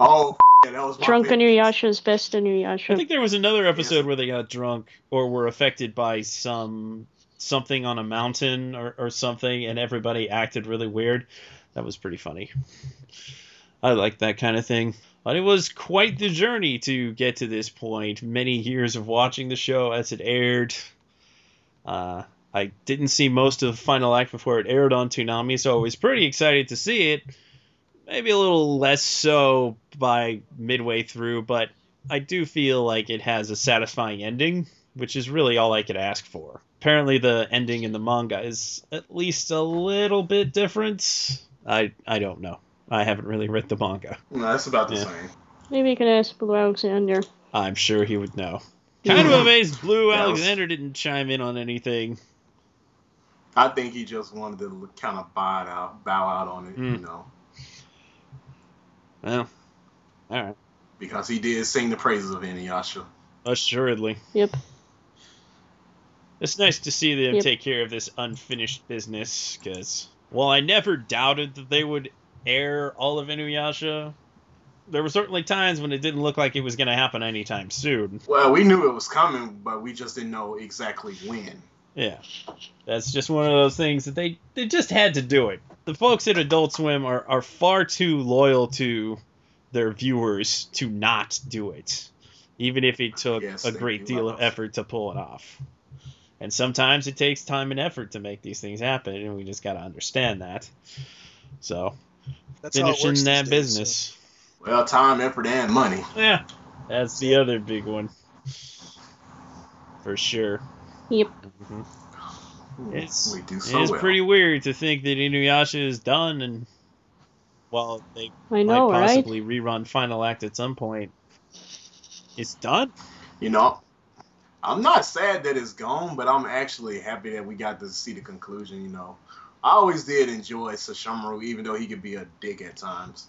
Speaker 5: oh, f- yeah, that was my
Speaker 6: Drunk
Speaker 5: favorite.
Speaker 6: Inuyasha's best
Speaker 3: I
Speaker 6: Inuyasha.
Speaker 3: think there was another episode where they got drunk or were affected by some something on a mountain or, or something, and everybody acted really weird. That was pretty funny. I like that kind of thing. But it was quite the journey to get to this point. Many years of watching the show as it aired. Uh, I didn't see most of Final Act before it aired on Toonami, so I was pretty excited to see it. Maybe a little less so by midway through, but I do feel like it has a satisfying ending, which is really all I could ask for. Apparently, the ending in the manga is at least a little bit different. I I don't know. I haven't really read the manga.
Speaker 5: No, that's about the
Speaker 3: Yeah.
Speaker 5: same.
Speaker 6: Maybe you can ask Blue Alexander.
Speaker 3: I'm sure he would know. Kind of amazed Blue
Speaker 5: That was-
Speaker 3: Alexander didn't chime in on anything.
Speaker 5: I think he just wanted to kind of bow out, bow out on it, you
Speaker 3: Mm.
Speaker 5: know,
Speaker 3: Well, all right,
Speaker 5: because he did sing the praises of Inuyasha.
Speaker 3: assuredly.
Speaker 6: Yep.
Speaker 3: It's nice to see them
Speaker 6: Yep.
Speaker 3: take care of this unfinished business because, while I never doubted that they would air all of Inuyasha, there were certainly times when it didn't look like it was going to happen anytime soon.
Speaker 5: Well, we knew it was coming, but we just didn't know exactly when.
Speaker 3: Yeah. That's just one of those things that they, they just had to do it. The folks at Adult Swim are, are far too loyal to their viewers to not do it, even if it took
Speaker 5: Yes,
Speaker 3: a
Speaker 5: they
Speaker 3: great
Speaker 5: do
Speaker 3: deal of
Speaker 5: us.
Speaker 3: effort to pull it off. And sometimes it takes time and effort to make these things happen, and we just got to understand that. So,
Speaker 4: That's how it works
Speaker 3: finishing
Speaker 4: these
Speaker 3: that
Speaker 4: days, so.
Speaker 3: business.
Speaker 5: Well, time, effort, and money.
Speaker 3: Yeah, that's the other big one. for sure.
Speaker 6: Yep.
Speaker 3: It's,
Speaker 5: we do so
Speaker 3: it's
Speaker 5: well.
Speaker 3: pretty weird to think that Inuyasha is done, and while they
Speaker 6: I know,
Speaker 3: might
Speaker 6: right?
Speaker 3: possibly rerun Final Act at some point, it's done. [LAUGHS]
Speaker 5: You know, I'm not sad that it's gone, but I'm actually happy that we got to see the conclusion. You know, I always did enjoy Sashamaru, even though he could be a dick at times.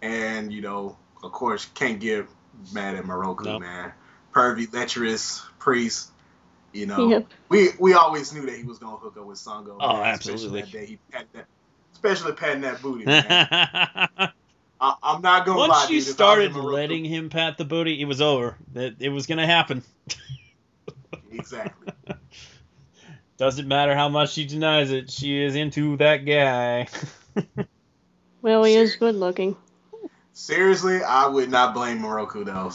Speaker 5: And you know, of course, can't get mad at Moroku,
Speaker 3: No.
Speaker 5: man. Pervy, lecherous priest. You know,
Speaker 6: Yep.
Speaker 5: we we always knew that he was gonna hook up with Sango.
Speaker 3: Oh,
Speaker 5: man,
Speaker 3: absolutely.
Speaker 5: Especially that day he pat that, especially patting that
Speaker 3: [LAUGHS]
Speaker 5: booty, man.
Speaker 3: Once
Speaker 5: I, I'm not gonna lie.
Speaker 3: you
Speaker 5: dude, if I was
Speaker 3: started
Speaker 5: Moroku-
Speaker 3: letting him pat the booty, it was over. That it was gonna happen.
Speaker 5: exactly.
Speaker 3: Doesn't matter how much she denies it, she is into that guy. [LAUGHS]
Speaker 6: Well, he is good looking.
Speaker 5: Seriously, I would not blame Moroku though.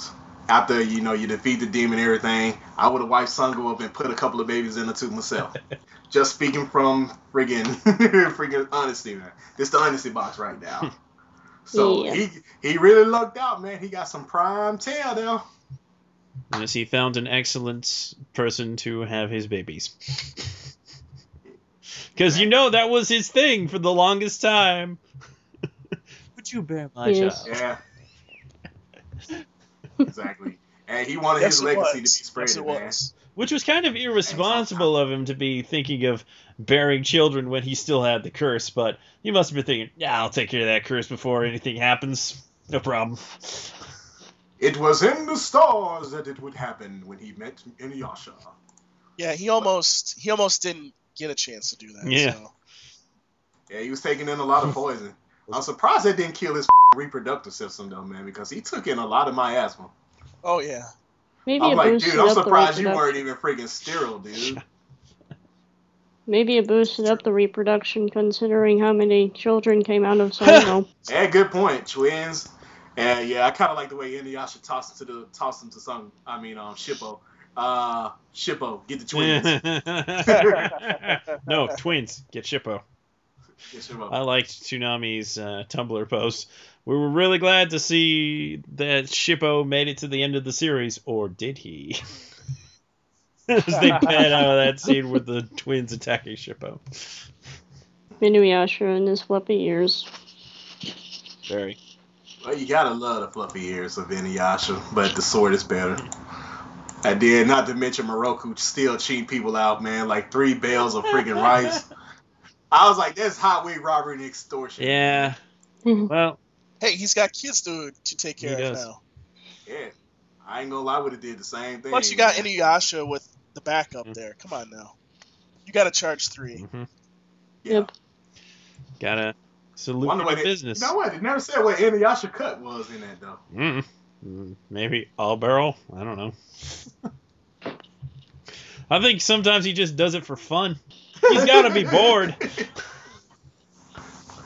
Speaker 5: After you know you defeat the demon, and everything, I would have wiped Sango up and put a couple of babies in the tube
Speaker 4: [LAUGHS]
Speaker 5: myself. Just speaking from friggin' [LAUGHS] friggin' honesty, man. This the honesty box
Speaker 4: [LAUGHS]
Speaker 5: right now. So
Speaker 6: Yeah.
Speaker 5: he he really lucked out, man. He got some prime tail though.
Speaker 3: Yes, he found an excellent person to have his babies. [LAUGHS] Because you know that was his thing for the longest time. [LAUGHS] Would you bear my
Speaker 6: Yes.
Speaker 3: child?
Speaker 4: [LAUGHS]
Speaker 5: Yeah. exactly. And he wanted
Speaker 4: Yes,
Speaker 5: his
Speaker 4: it
Speaker 5: legacy to be
Speaker 4: was.
Speaker 5: spread,
Speaker 4: Yes, it
Speaker 5: man.
Speaker 4: was.
Speaker 3: Which was kind of irresponsible of him to be thinking of bearing children when he still had the curse, but he must have been thinking, yeah, I'll take care of that curse before anything happens. No problem.
Speaker 5: It was in the stars that it would happen when he met Inuyasha.
Speaker 4: Yeah, he almost he almost didn't get a chance to do that.
Speaker 3: Yeah.
Speaker 4: so.
Speaker 5: Yeah, he was taking in a lot of poison. I'm surprised that didn't kill his [LAUGHS] reproductive system though, man, because he took in a lot of miasma.
Speaker 4: Oh yeah.
Speaker 6: Maybe
Speaker 5: I'm
Speaker 6: it
Speaker 5: like,
Speaker 6: boosted
Speaker 5: dude, I'm
Speaker 6: up the
Speaker 5: surprised you
Speaker 6: reproduction.
Speaker 5: weren't even freaking sterile, dude.
Speaker 6: Maybe it boosted up the reproduction considering how many children came out
Speaker 5: [LAUGHS]
Speaker 6: of Sango.
Speaker 5: Yeah, good point, twins. And yeah, I kind of like the way Inuyasha tossed to the tossed him to some. I mean, um, Shippo, uh, Shippo, get the twins. Get
Speaker 3: [LAUGHS] no, twins. Get Shippo.
Speaker 5: Shippo.
Speaker 3: I liked Tsunami's uh, Tumblr post. We were really glad to see that Shippo made it to the end of the series, or did he? [LAUGHS] As they pan out of that scene with the twins attacking Shippo.
Speaker 6: Inuyasha and his flippy ears.
Speaker 3: Very.
Speaker 5: Well, you gotta love the fluffy ears of Inuyasha, but the sword is better. And then, not to mention Moroku still cheating people out, man. Like three bales of freaking rice. I was like, that's highway robbery and extortion.
Speaker 3: Yeah. Well,
Speaker 4: Hey, he's got kids to to take
Speaker 3: He
Speaker 4: care of
Speaker 3: does.
Speaker 4: now.
Speaker 5: Yeah. I ain't gonna lie, would have did the same thing.
Speaker 4: Plus, you got
Speaker 5: man.
Speaker 4: Inuyasha with the backup
Speaker 3: Mm-hmm.
Speaker 4: there. Come on now. You got to charge three.
Speaker 3: mhm.
Speaker 5: Yeah.
Speaker 6: Yep.
Speaker 3: gotta salute
Speaker 5: Wonder why
Speaker 3: the
Speaker 5: they-
Speaker 3: business.
Speaker 5: No, what? They never said what Inuyasha cut was in that, though.
Speaker 3: Mm. Mm, Maybe all barrel. I don't
Speaker 5: [LAUGHS]
Speaker 3: know. I think sometimes he just does it for fun. [LAUGHS] He's got to be bored.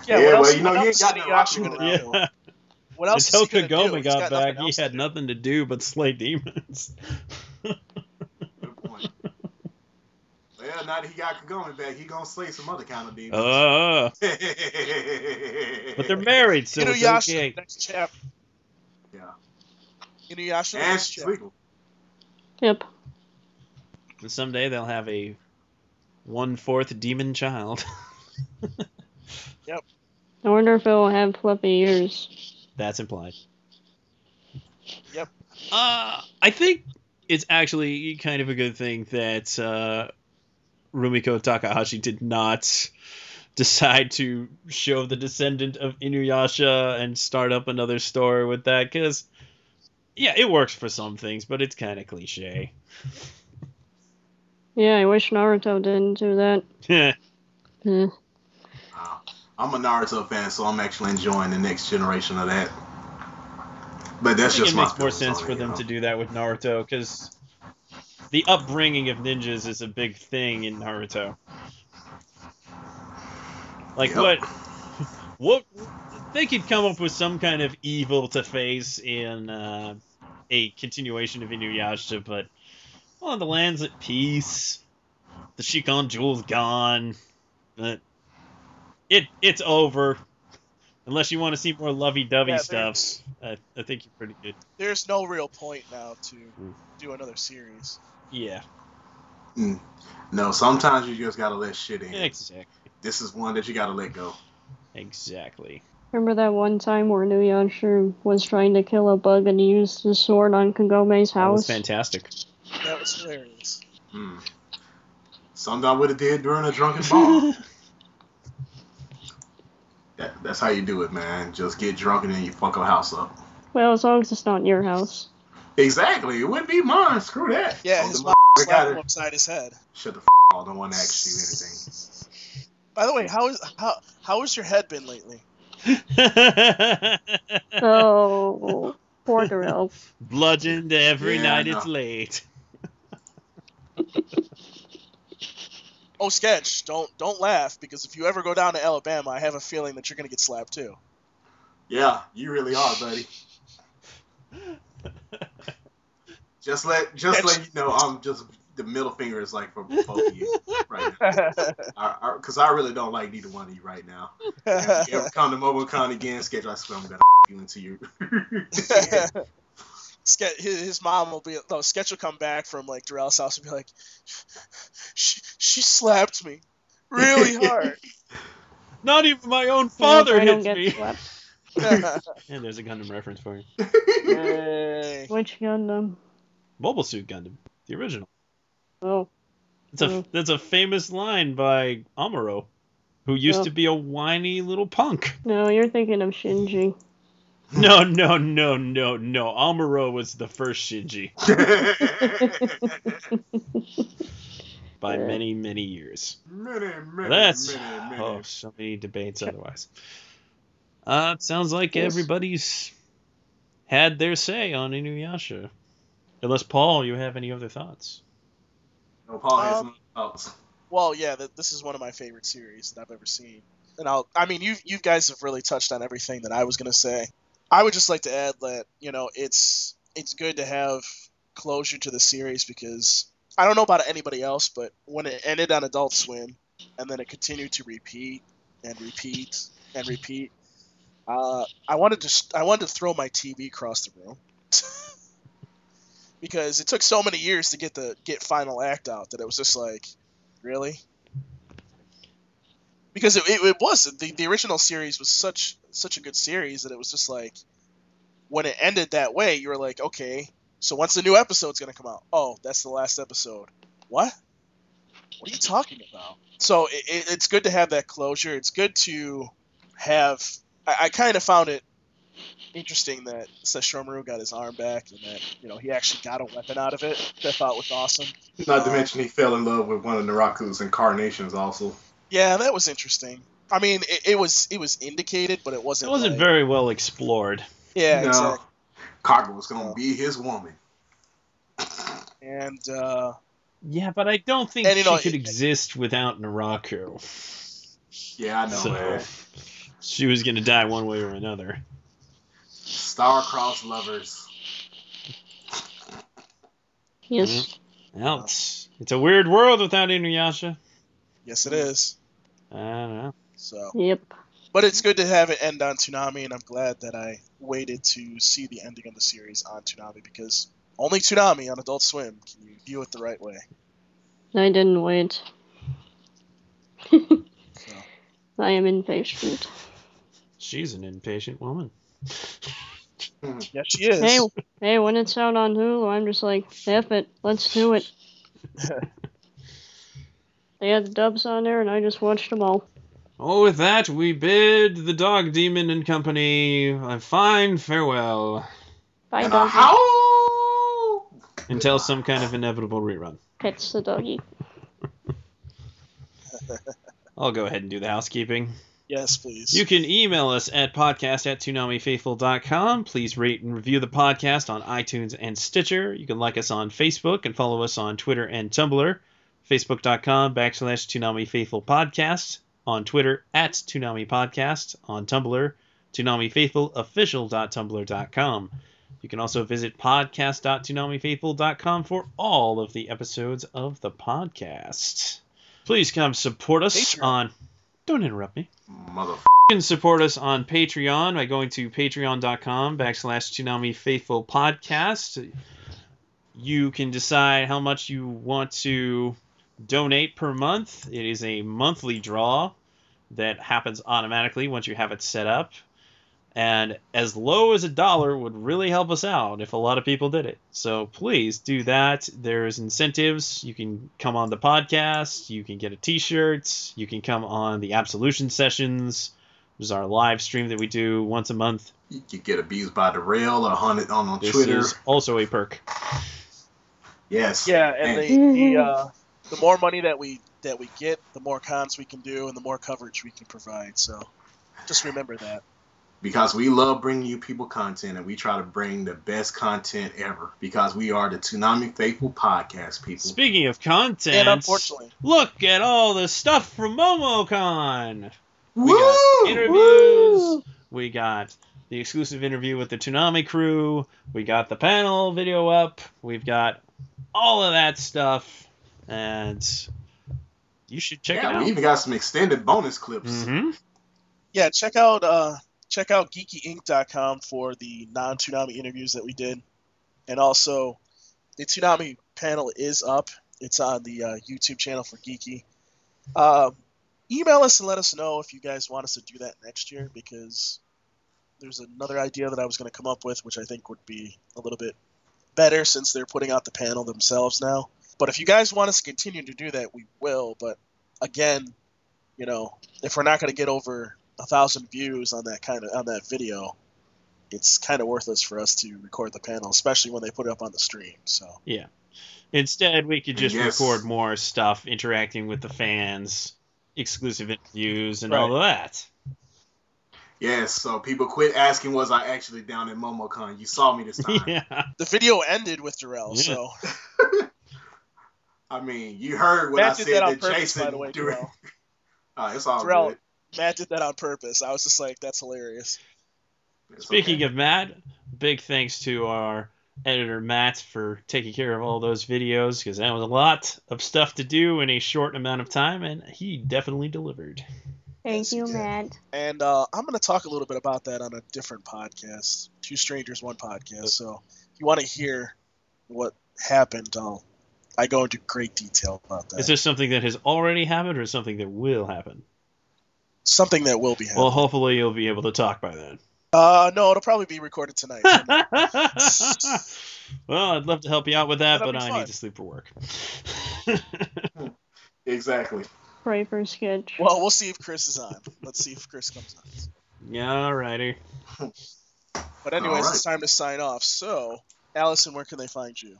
Speaker 5: Yeah, well, you know,
Speaker 4: what else
Speaker 5: you ain't
Speaker 4: is
Speaker 5: got
Speaker 4: Inuyasha
Speaker 5: no
Speaker 4: gonna
Speaker 5: option
Speaker 4: do?
Speaker 3: Yeah.
Speaker 4: What else?
Speaker 3: Until
Speaker 4: is he gonna do?
Speaker 3: Kagome
Speaker 4: He's
Speaker 3: got
Speaker 4: nothing
Speaker 3: back, he
Speaker 4: else to
Speaker 3: had
Speaker 4: do.
Speaker 3: nothing to do but slay demons.
Speaker 5: [LAUGHS]
Speaker 4: [LAUGHS]
Speaker 5: Good point. Well, now that he got Kagome back, he gonna slay some other kind of demons. [LAUGHS]
Speaker 3: Uh, but
Speaker 5: but
Speaker 3: they're married, so it's
Speaker 4: Inuyasha,
Speaker 3: okay.
Speaker 4: next chapter.
Speaker 5: Yeah.
Speaker 4: Inuyasha,
Speaker 5: And
Speaker 4: next
Speaker 5: she's
Speaker 4: chapter.
Speaker 5: legal.
Speaker 6: Yep.
Speaker 3: And someday they'll have a one fourth demon child. [LAUGHS]
Speaker 6: I wonder if it will have flippy ears.
Speaker 3: That's implied.
Speaker 4: Yep.
Speaker 3: Uh, I think it's actually kind of a good thing that uh, Rumiko Takahashi did not [LAUGHS] decide to show the descendant of Inuyasha and start up another story with that because, yeah, it works for some things, but it's kind of cliche. [LAUGHS]
Speaker 6: Yeah, I wish Naruto didn't do that. Eh.
Speaker 5: Wow. I'm a Naruto fan, so I'm actually enjoying the next generation of that. But that's
Speaker 3: I think
Speaker 5: just
Speaker 3: it
Speaker 5: my
Speaker 3: makes more
Speaker 5: feelings
Speaker 3: sense
Speaker 5: on it,
Speaker 3: for
Speaker 5: you
Speaker 3: them
Speaker 5: know.
Speaker 3: to do that with Naruto because the upbringing of ninjas is a big thing in Naruto. Like
Speaker 5: Yep.
Speaker 3: what? What? They could come up with some kind of evil to face in uh, a continuation of Inuyasha, but well, the land's at peace. The Shikon jewel's gone. But it it's over. Unless you want to see more lovey-dovey
Speaker 4: Yeah,
Speaker 3: stuff,
Speaker 4: there's-
Speaker 3: I, I think you're pretty good.
Speaker 4: There's no real point now to
Speaker 3: Mm.
Speaker 4: do another series.
Speaker 3: Yeah.
Speaker 5: Mm. No, sometimes you just gotta let shit in.
Speaker 3: Exactly.
Speaker 5: This is one that you gotta let go.
Speaker 3: Exactly.
Speaker 6: Remember that one time where Nuyasha was trying to kill a bug and he used his sword on Kagome's
Speaker 3: That was
Speaker 6: house? [LAUGHS]
Speaker 3: fantastic.
Speaker 4: That was hilarious.
Speaker 5: Mm. Something I would have did during a drunken
Speaker 3: [LAUGHS]
Speaker 5: ball. that, that's how you do it, man. Just get drunk and then you fuck a house up.
Speaker 6: Well, as long as it's not your
Speaker 3: [LAUGHS]
Speaker 6: house.
Speaker 5: Exactly. It wouldn't be mine. Screw that.
Speaker 4: Yeah,
Speaker 5: Oh,
Speaker 4: his
Speaker 5: the
Speaker 4: mom
Speaker 5: motherfucker
Speaker 4: slapped
Speaker 5: got
Speaker 4: him
Speaker 5: it.
Speaker 4: upside his head.
Speaker 5: Shut the f all. No one asks you anything.
Speaker 4: By the way, how is how how has your head been lately?
Speaker 6: Oh, poor girl.
Speaker 3: Bludgeoned every
Speaker 5: Yeah,
Speaker 3: night.
Speaker 5: I
Speaker 3: It's
Speaker 5: know.
Speaker 3: late.
Speaker 4: Oh, sketch! Don't don't laugh because if you ever go down to Alabama, I have a feeling that you're gonna get slapped too.
Speaker 5: Yeah, you really are, buddy. just let just let you know I'm just the middle finger is like for both of you right now. Because I, really don't like neither one of you right now. If you ever come to MobileCon again, schedule I swear I'm gonna you into you. [LAUGHS]
Speaker 4: Ske- his, his mom will be no. Sketch will come back from like Darrell's house and be like, she, she slapped me really hard. [LAUGHS]
Speaker 3: Not even my own
Speaker 6: I
Speaker 3: [LAUGHS]
Speaker 6: hope
Speaker 3: father
Speaker 6: I
Speaker 3: hits
Speaker 6: don't get
Speaker 3: me.
Speaker 6: slapped.
Speaker 3: And there's a Gundam reference for you.
Speaker 4: Yay.
Speaker 6: Which Gundam?
Speaker 3: Mobile Suit Gundam, the original.
Speaker 6: Oh,
Speaker 3: It's a
Speaker 6: Mm.
Speaker 3: that's a famous line by Amuro, who used
Speaker 6: Yeah.
Speaker 3: to be a whiny little punk. [LAUGHS]
Speaker 6: no, you're thinking of Shinji. [LAUGHS]
Speaker 3: No, no, no, no, no. Amuro was the first Shinji by
Speaker 6: Yeah.
Speaker 3: many, many years.
Speaker 5: many, many,
Speaker 3: That's
Speaker 5: many, many.
Speaker 3: oh, so many
Speaker 4: [LAUGHS]
Speaker 3: debates otherwise. Uh, it sounds like
Speaker 6: Yes.
Speaker 3: everybody's had their say on Inuyasha. Unless Paul, you have any other thoughts?
Speaker 5: No, Paul has
Speaker 4: Um,
Speaker 5: no thoughts.
Speaker 4: Well, yeah, th- this is one of my favorite series that I've ever seen, and I'll. I mean, you you guys have really touched on everything that I was gonna say. I would just like to add that you know it's it's good to have closure to the series because I don't know about anybody else, but when it ended on Adult Swim, and then it continued to repeat and repeat and repeat, uh, I wanted to s- I wanted to throw my TV across the room. [LAUGHS] Because it took so many years to get the get final act out that it was just like, really because it, it, it was the, the original series was such such a good series that it was just like when it ended that way you were like okay so once the new episode's gonna come out oh that's the last episode what what are you talking about so it, it, it's good to have that closure it's good to have i, I kind of found it interesting that sesshomaru got his arm back and that you know he actually got a weapon out of it which i thought was awesome
Speaker 5: Not to mention he fell in love with one of Naraku's incarnations also.
Speaker 4: Yeah, that was interesting. I mean, it, it was it was indicated, but it
Speaker 3: It
Speaker 4: wasn't.
Speaker 3: wasn't
Speaker 4: like-
Speaker 3: very well explored.
Speaker 4: Yeah,
Speaker 5: no.
Speaker 4: exactly.
Speaker 5: Kaka was gonna be his woman.
Speaker 4: And uh,
Speaker 3: Yeah, but I don't think
Speaker 4: And, you
Speaker 3: she
Speaker 4: know,
Speaker 3: could
Speaker 4: it-
Speaker 3: exist without Naraku.
Speaker 5: Yeah, I know,
Speaker 3: So-
Speaker 5: man.
Speaker 3: She was gonna die one way or another.
Speaker 5: Star-crossed lovers.
Speaker 6: Yes.
Speaker 3: Well, it's, it's a weird world without Inuyasha.
Speaker 4: yes, it is.
Speaker 3: I don't know.
Speaker 4: So,
Speaker 3: Mm-hmm.
Speaker 6: Yep.
Speaker 4: but it's good to have it end on Toonami, and I'm glad that I waited to see the ending of the series on Toonami because only Toonami on Adult Swim can you view it the right way.
Speaker 6: I didn't wait. [LAUGHS] I am impatient.
Speaker 3: She's an impatient woman.
Speaker 4: Yes, she is.
Speaker 6: Hey, hey, when it's out on Hulu, I'm just like, F it, let's do it. they had the dubs on there, and I just watched them all.
Speaker 3: Well, with that, we bid the dog demon and company a fine farewell
Speaker 6: Bye,
Speaker 5: And a [LAUGHS]
Speaker 6: doggy.
Speaker 5: howl.
Speaker 3: until some kind of inevitable rerun.
Speaker 6: Pets the doggy.
Speaker 3: I'll go ahead and do the housekeeping.
Speaker 4: Yes, please.
Speaker 3: You can email us at podcast at TsunamiFaithful.com. Please rate and review the podcast on iTunes and Stitcher. You can like us on Facebook and follow us on Twitter and Tumblr. Facebook.com backslash Toonami Faithful Podcast. On Twitter, at Toonami Podcast. On Tumblr, ToonamiFaithfulOfficial.tumblr.com. You can also visit podcast.toonamifaithful.com for all of the episodes of the podcast. Please come support us
Speaker 4: Patreon.
Speaker 3: on... Don't interrupt me.
Speaker 5: Motherf-
Speaker 3: You can support us on Patreon by going to patreon.com backslash Tsunami Faithful Podcast. You can decide how much you want to donate per month. It is a monthly draw that happens automatically once you have it set up. And as low as a dollar would really help us out if a lot of people did it. So please do that. There's incentives. You can come on the podcast. You can get a t shirt. You can come on the Absolution Sessions, which is our live stream that we do once a month.
Speaker 5: You could get abused by the rail or hunted on on
Speaker 3: This
Speaker 5: Twitter.
Speaker 3: is also a perk.
Speaker 5: Yes.
Speaker 4: Yeah, and
Speaker 5: Man,
Speaker 4: the, the uh, the more money that we that we get, the more cons we can do, and the more coverage we can provide. So just remember that.
Speaker 5: because we love bringing you people content, and we try to bring the best content ever because we are the Tsunami Faithful Podcast people.
Speaker 3: Speaking of content,
Speaker 4: And unfortunately,
Speaker 3: look at all the stuff from MomoCon. We
Speaker 5: Woo!
Speaker 3: got interviews. We got the exclusive interview with the Toonami crew. We got the panel video up. We've got all of that stuff, and you should check
Speaker 5: yeah, we
Speaker 3: it out.
Speaker 5: even got some extended bonus clips.
Speaker 3: hmm
Speaker 4: yeah, check out uh, check out geekyinc.com for the non Toonami interviews that we did, and also the Toonami panel is up. It's on the uh, YouTube channel for Geeky. Uh, email us and let us know if you guys want us to do that next year because there's another idea that I was going to come up with, which I think would be a little bit better since they're putting out the panel themselves now. But if you guys want us to continue to do that, we will. But again, you know, if we're not going to get over a thousand views on that kind of on that video, it's kind of worthless for us to record the panel, especially when they put it up on the stream. So
Speaker 3: Instead, we could just
Speaker 5: Yes.
Speaker 3: record more stuff, interacting with the fans, exclusive interviews, and all of that.
Speaker 5: Yes, so people quit asking, was I actually down at MomoCon? You saw me this time.
Speaker 3: [LAUGHS] yeah.
Speaker 4: the video ended with Darrell.
Speaker 3: Yeah.
Speaker 4: So
Speaker 5: I mean, you heard what
Speaker 4: Matt
Speaker 5: I
Speaker 4: did
Speaker 5: said
Speaker 4: that on purpose,
Speaker 5: Jason
Speaker 4: by the way,
Speaker 5: Durrell-
Speaker 4: Darrell.
Speaker 5: [LAUGHS] Oh, it's all
Speaker 4: Durrell,
Speaker 5: good.
Speaker 4: Matt did that on purpose. I was just like, that's hilarious.
Speaker 5: It's
Speaker 3: Speaking
Speaker 5: okay.
Speaker 3: of Matt, big thanks to our editor Matt for taking care of all those videos because that was a lot of stuff to do in a short amount of time, and he definitely delivered.
Speaker 6: Thank
Speaker 4: Yes, you
Speaker 6: you,
Speaker 4: did.
Speaker 6: Matt.
Speaker 4: And uh, I'm going to talk a little bit about that on a different podcast, Two Strangers, One Podcast. So if you want to hear what happened, I'll I go into great detail about that.
Speaker 3: Is this something that has already happened or something that will happen?
Speaker 4: Something that will be
Speaker 3: Well,
Speaker 4: happening.
Speaker 3: hopefully you'll be able to talk by
Speaker 4: [LAUGHS]
Speaker 3: then. [LAUGHS]
Speaker 4: uh, no, it'll probably be recorded tonight.
Speaker 3: well, I'd love to help you out with that,
Speaker 4: That'll
Speaker 3: but
Speaker 4: be
Speaker 3: I
Speaker 4: fun.
Speaker 3: need to sleep for work. [LAUGHS]
Speaker 5: Exactly.
Speaker 6: Pray for sketch.
Speaker 4: well, we'll see if Chris is on. Let's see if Chris comes on.
Speaker 3: yeah, alrighty.
Speaker 4: But anyways,
Speaker 5: All right.
Speaker 4: it's time to sign off. So, Allison, where can they find you?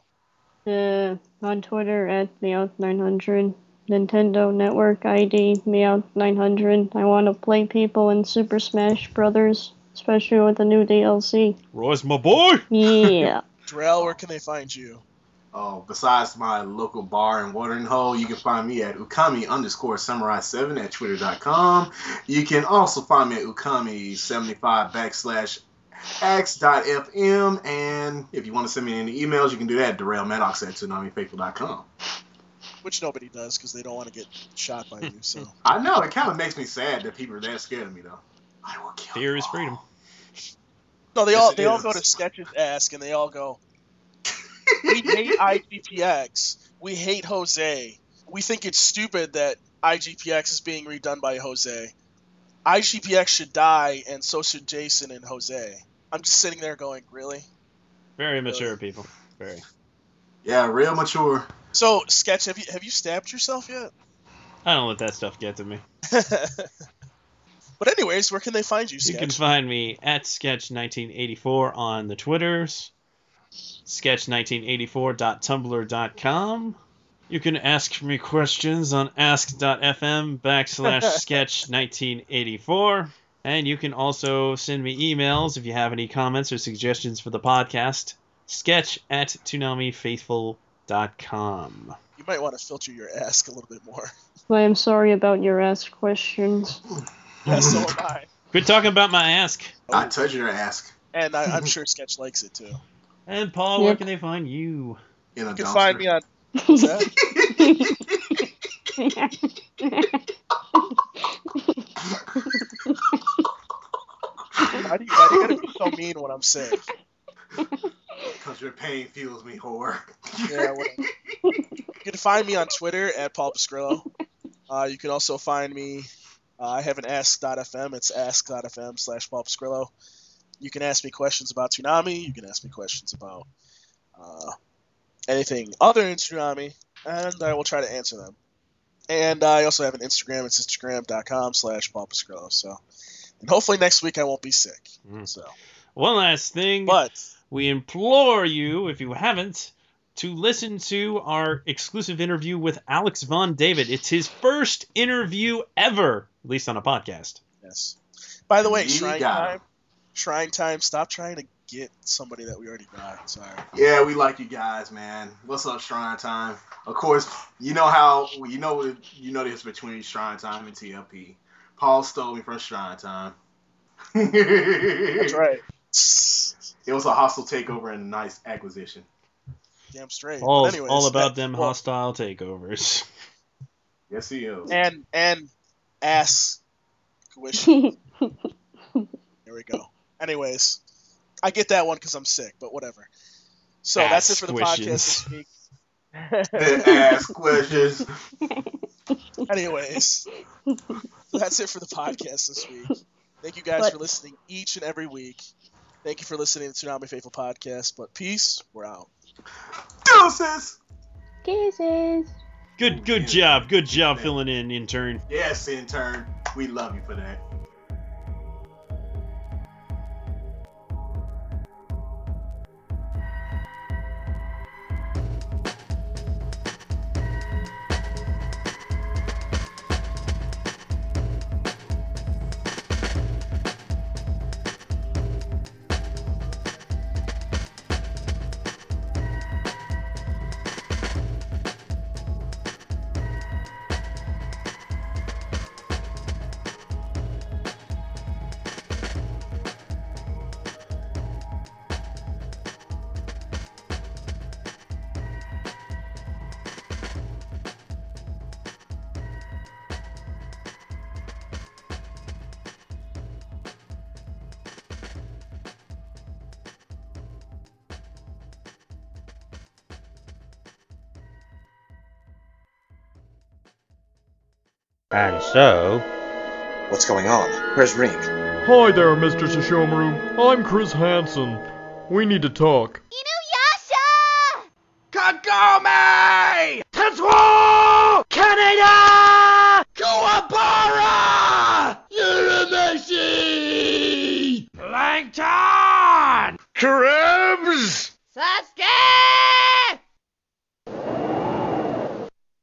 Speaker 6: Uh, on Twitter at Meowth900. Nintendo Network ID Meowth900. I want to play people in Super Smash Brothers, especially with the new DLC.
Speaker 3: Roy's my boy.
Speaker 6: Yeah.
Speaker 4: Drell, where can they find you?
Speaker 5: Oh, besides my local bar and watering hole, you can find me at ukami underscore samurai seven at twitter.com. You can also find me at ukami seventy five backslash x dot fm. And if you want to send me any emails, you can do that at Darrell Maddox at tsunamifaithful.com.
Speaker 4: Which nobody does because they don't want to get shot by you. So,
Speaker 5: I know it kind of makes me sad that people are that scared of me though. I will kill.
Speaker 3: Fear
Speaker 5: you
Speaker 3: is
Speaker 5: all.
Speaker 3: freedom.
Speaker 4: [LAUGHS] no, they
Speaker 5: Yes,
Speaker 4: all
Speaker 5: it
Speaker 4: they all
Speaker 5: is.
Speaker 4: go to Sketches Ask and they all go, "We hate
Speaker 5: [LAUGHS]
Speaker 4: IGPX. We hate Jose. We think it's stupid that IGPX is being redone by Jose. IGPX should die, and so should Jason and Jose." I'm just sitting there going, "Really?"
Speaker 3: Very mature people. Very.
Speaker 5: Yeah, real mature.
Speaker 4: So, Sketch, have you have you stabbed yourself yet?
Speaker 3: I don't let that stuff get to me.
Speaker 4: [LAUGHS] but anyways, where can they find you,
Speaker 3: You can
Speaker 4: Sketch?
Speaker 3: find me at sketch1984 on the Twitters, sketch1984.tumblr.com. You can ask me questions on ask.fm backslash sketch1984. And you can also send me emails if you have any comments or suggestions for the podcast, sketch at tunamifaithful.com.
Speaker 4: you might want to filter your ask a little bit more.
Speaker 6: I am sorry about your asked questions.
Speaker 4: [LAUGHS] Yeah, [LAUGHS] so am I.
Speaker 3: Quit talking about my ask.
Speaker 5: Not touch your ass
Speaker 4: And I, [LAUGHS] I'm sure Sketch likes it too. You
Speaker 3: And Paul, where
Speaker 6: Yep.
Speaker 3: can they find you?
Speaker 5: in a
Speaker 4: can
Speaker 5: dumpster.
Speaker 4: find me on. what's that? Why do you, why do you gotta be so mean when I'm saying?
Speaker 5: Cause your pain fuels me, whore.
Speaker 4: Yeah, whatever. You can find me on Twitter at Paul Pascrillo. Uh, you can also find me. Uh, I have an ask.fm. It's ask.fm slash Paul Pascrillo. You can ask me questions about Tsunami. You can ask me questions about uh, anything other than Tsunami, and I will try to answer them. And I also have an Instagram. It's instagram.com slash Paul Pascrillo. So, and hopefully next week I won't be sick.
Speaker 3: Mm.
Speaker 4: So,
Speaker 3: One last thing.
Speaker 4: but
Speaker 3: We implore you, if you haven't, to listen to our exclusive interview with Alex Von David. It's his first interview ever, at least on a podcast.
Speaker 4: yes. By the way,
Speaker 5: You
Speaker 4: Shrine
Speaker 5: got
Speaker 4: Time. Shrine Time. Stop trying to get somebody that we already got. Sorry.
Speaker 5: Yeah, we like you guys, man. What's up, Shrine Time? Of course, you know how you know what you know this between Shrine Time and TLP. Paul stole me from Shrine Time.
Speaker 4: That's
Speaker 5: [LAUGHS] That's
Speaker 4: right.
Speaker 5: It was a hostile takeover and a nice acquisition.
Speaker 4: Damn straight.
Speaker 3: All,
Speaker 4: But anyways,
Speaker 3: all about
Speaker 4: that-
Speaker 3: them
Speaker 4: well,
Speaker 3: hostile takeovers.
Speaker 4: [LAUGHS]
Speaker 5: Yes, he is.
Speaker 4: and and ass squish. there we go. Anyways, I get that one because I'm sick, but whatever. So that's it
Speaker 3: Ass
Speaker 4: for the
Speaker 3: squishes.
Speaker 4: podcast this week.
Speaker 5: Ask questions.
Speaker 4: [LAUGHS] Anyways, that's it for the podcast this week. Thank you guys
Speaker 6: But-
Speaker 4: for listening each and every week. Thank you for listening to Tsunami Faithful Podcast. But peace, we're out.
Speaker 5: Deuces.
Speaker 6: Kisses.
Speaker 3: Good,
Speaker 4: Oh,
Speaker 3: good job, good job filling in, intern.
Speaker 5: Yes, intern. We love you for that.
Speaker 10: And so,
Speaker 11: What's going on? Where's Rink?
Speaker 12: Hi there, Mr. Sashomaru. I'm Chris Hansen. We need to talk.
Speaker 7: Inuyasha!
Speaker 9: Kagome! Tetsuo! Canada! Kuwabara! Urameshi! Plankton! Krebs!
Speaker 7: Sasuke!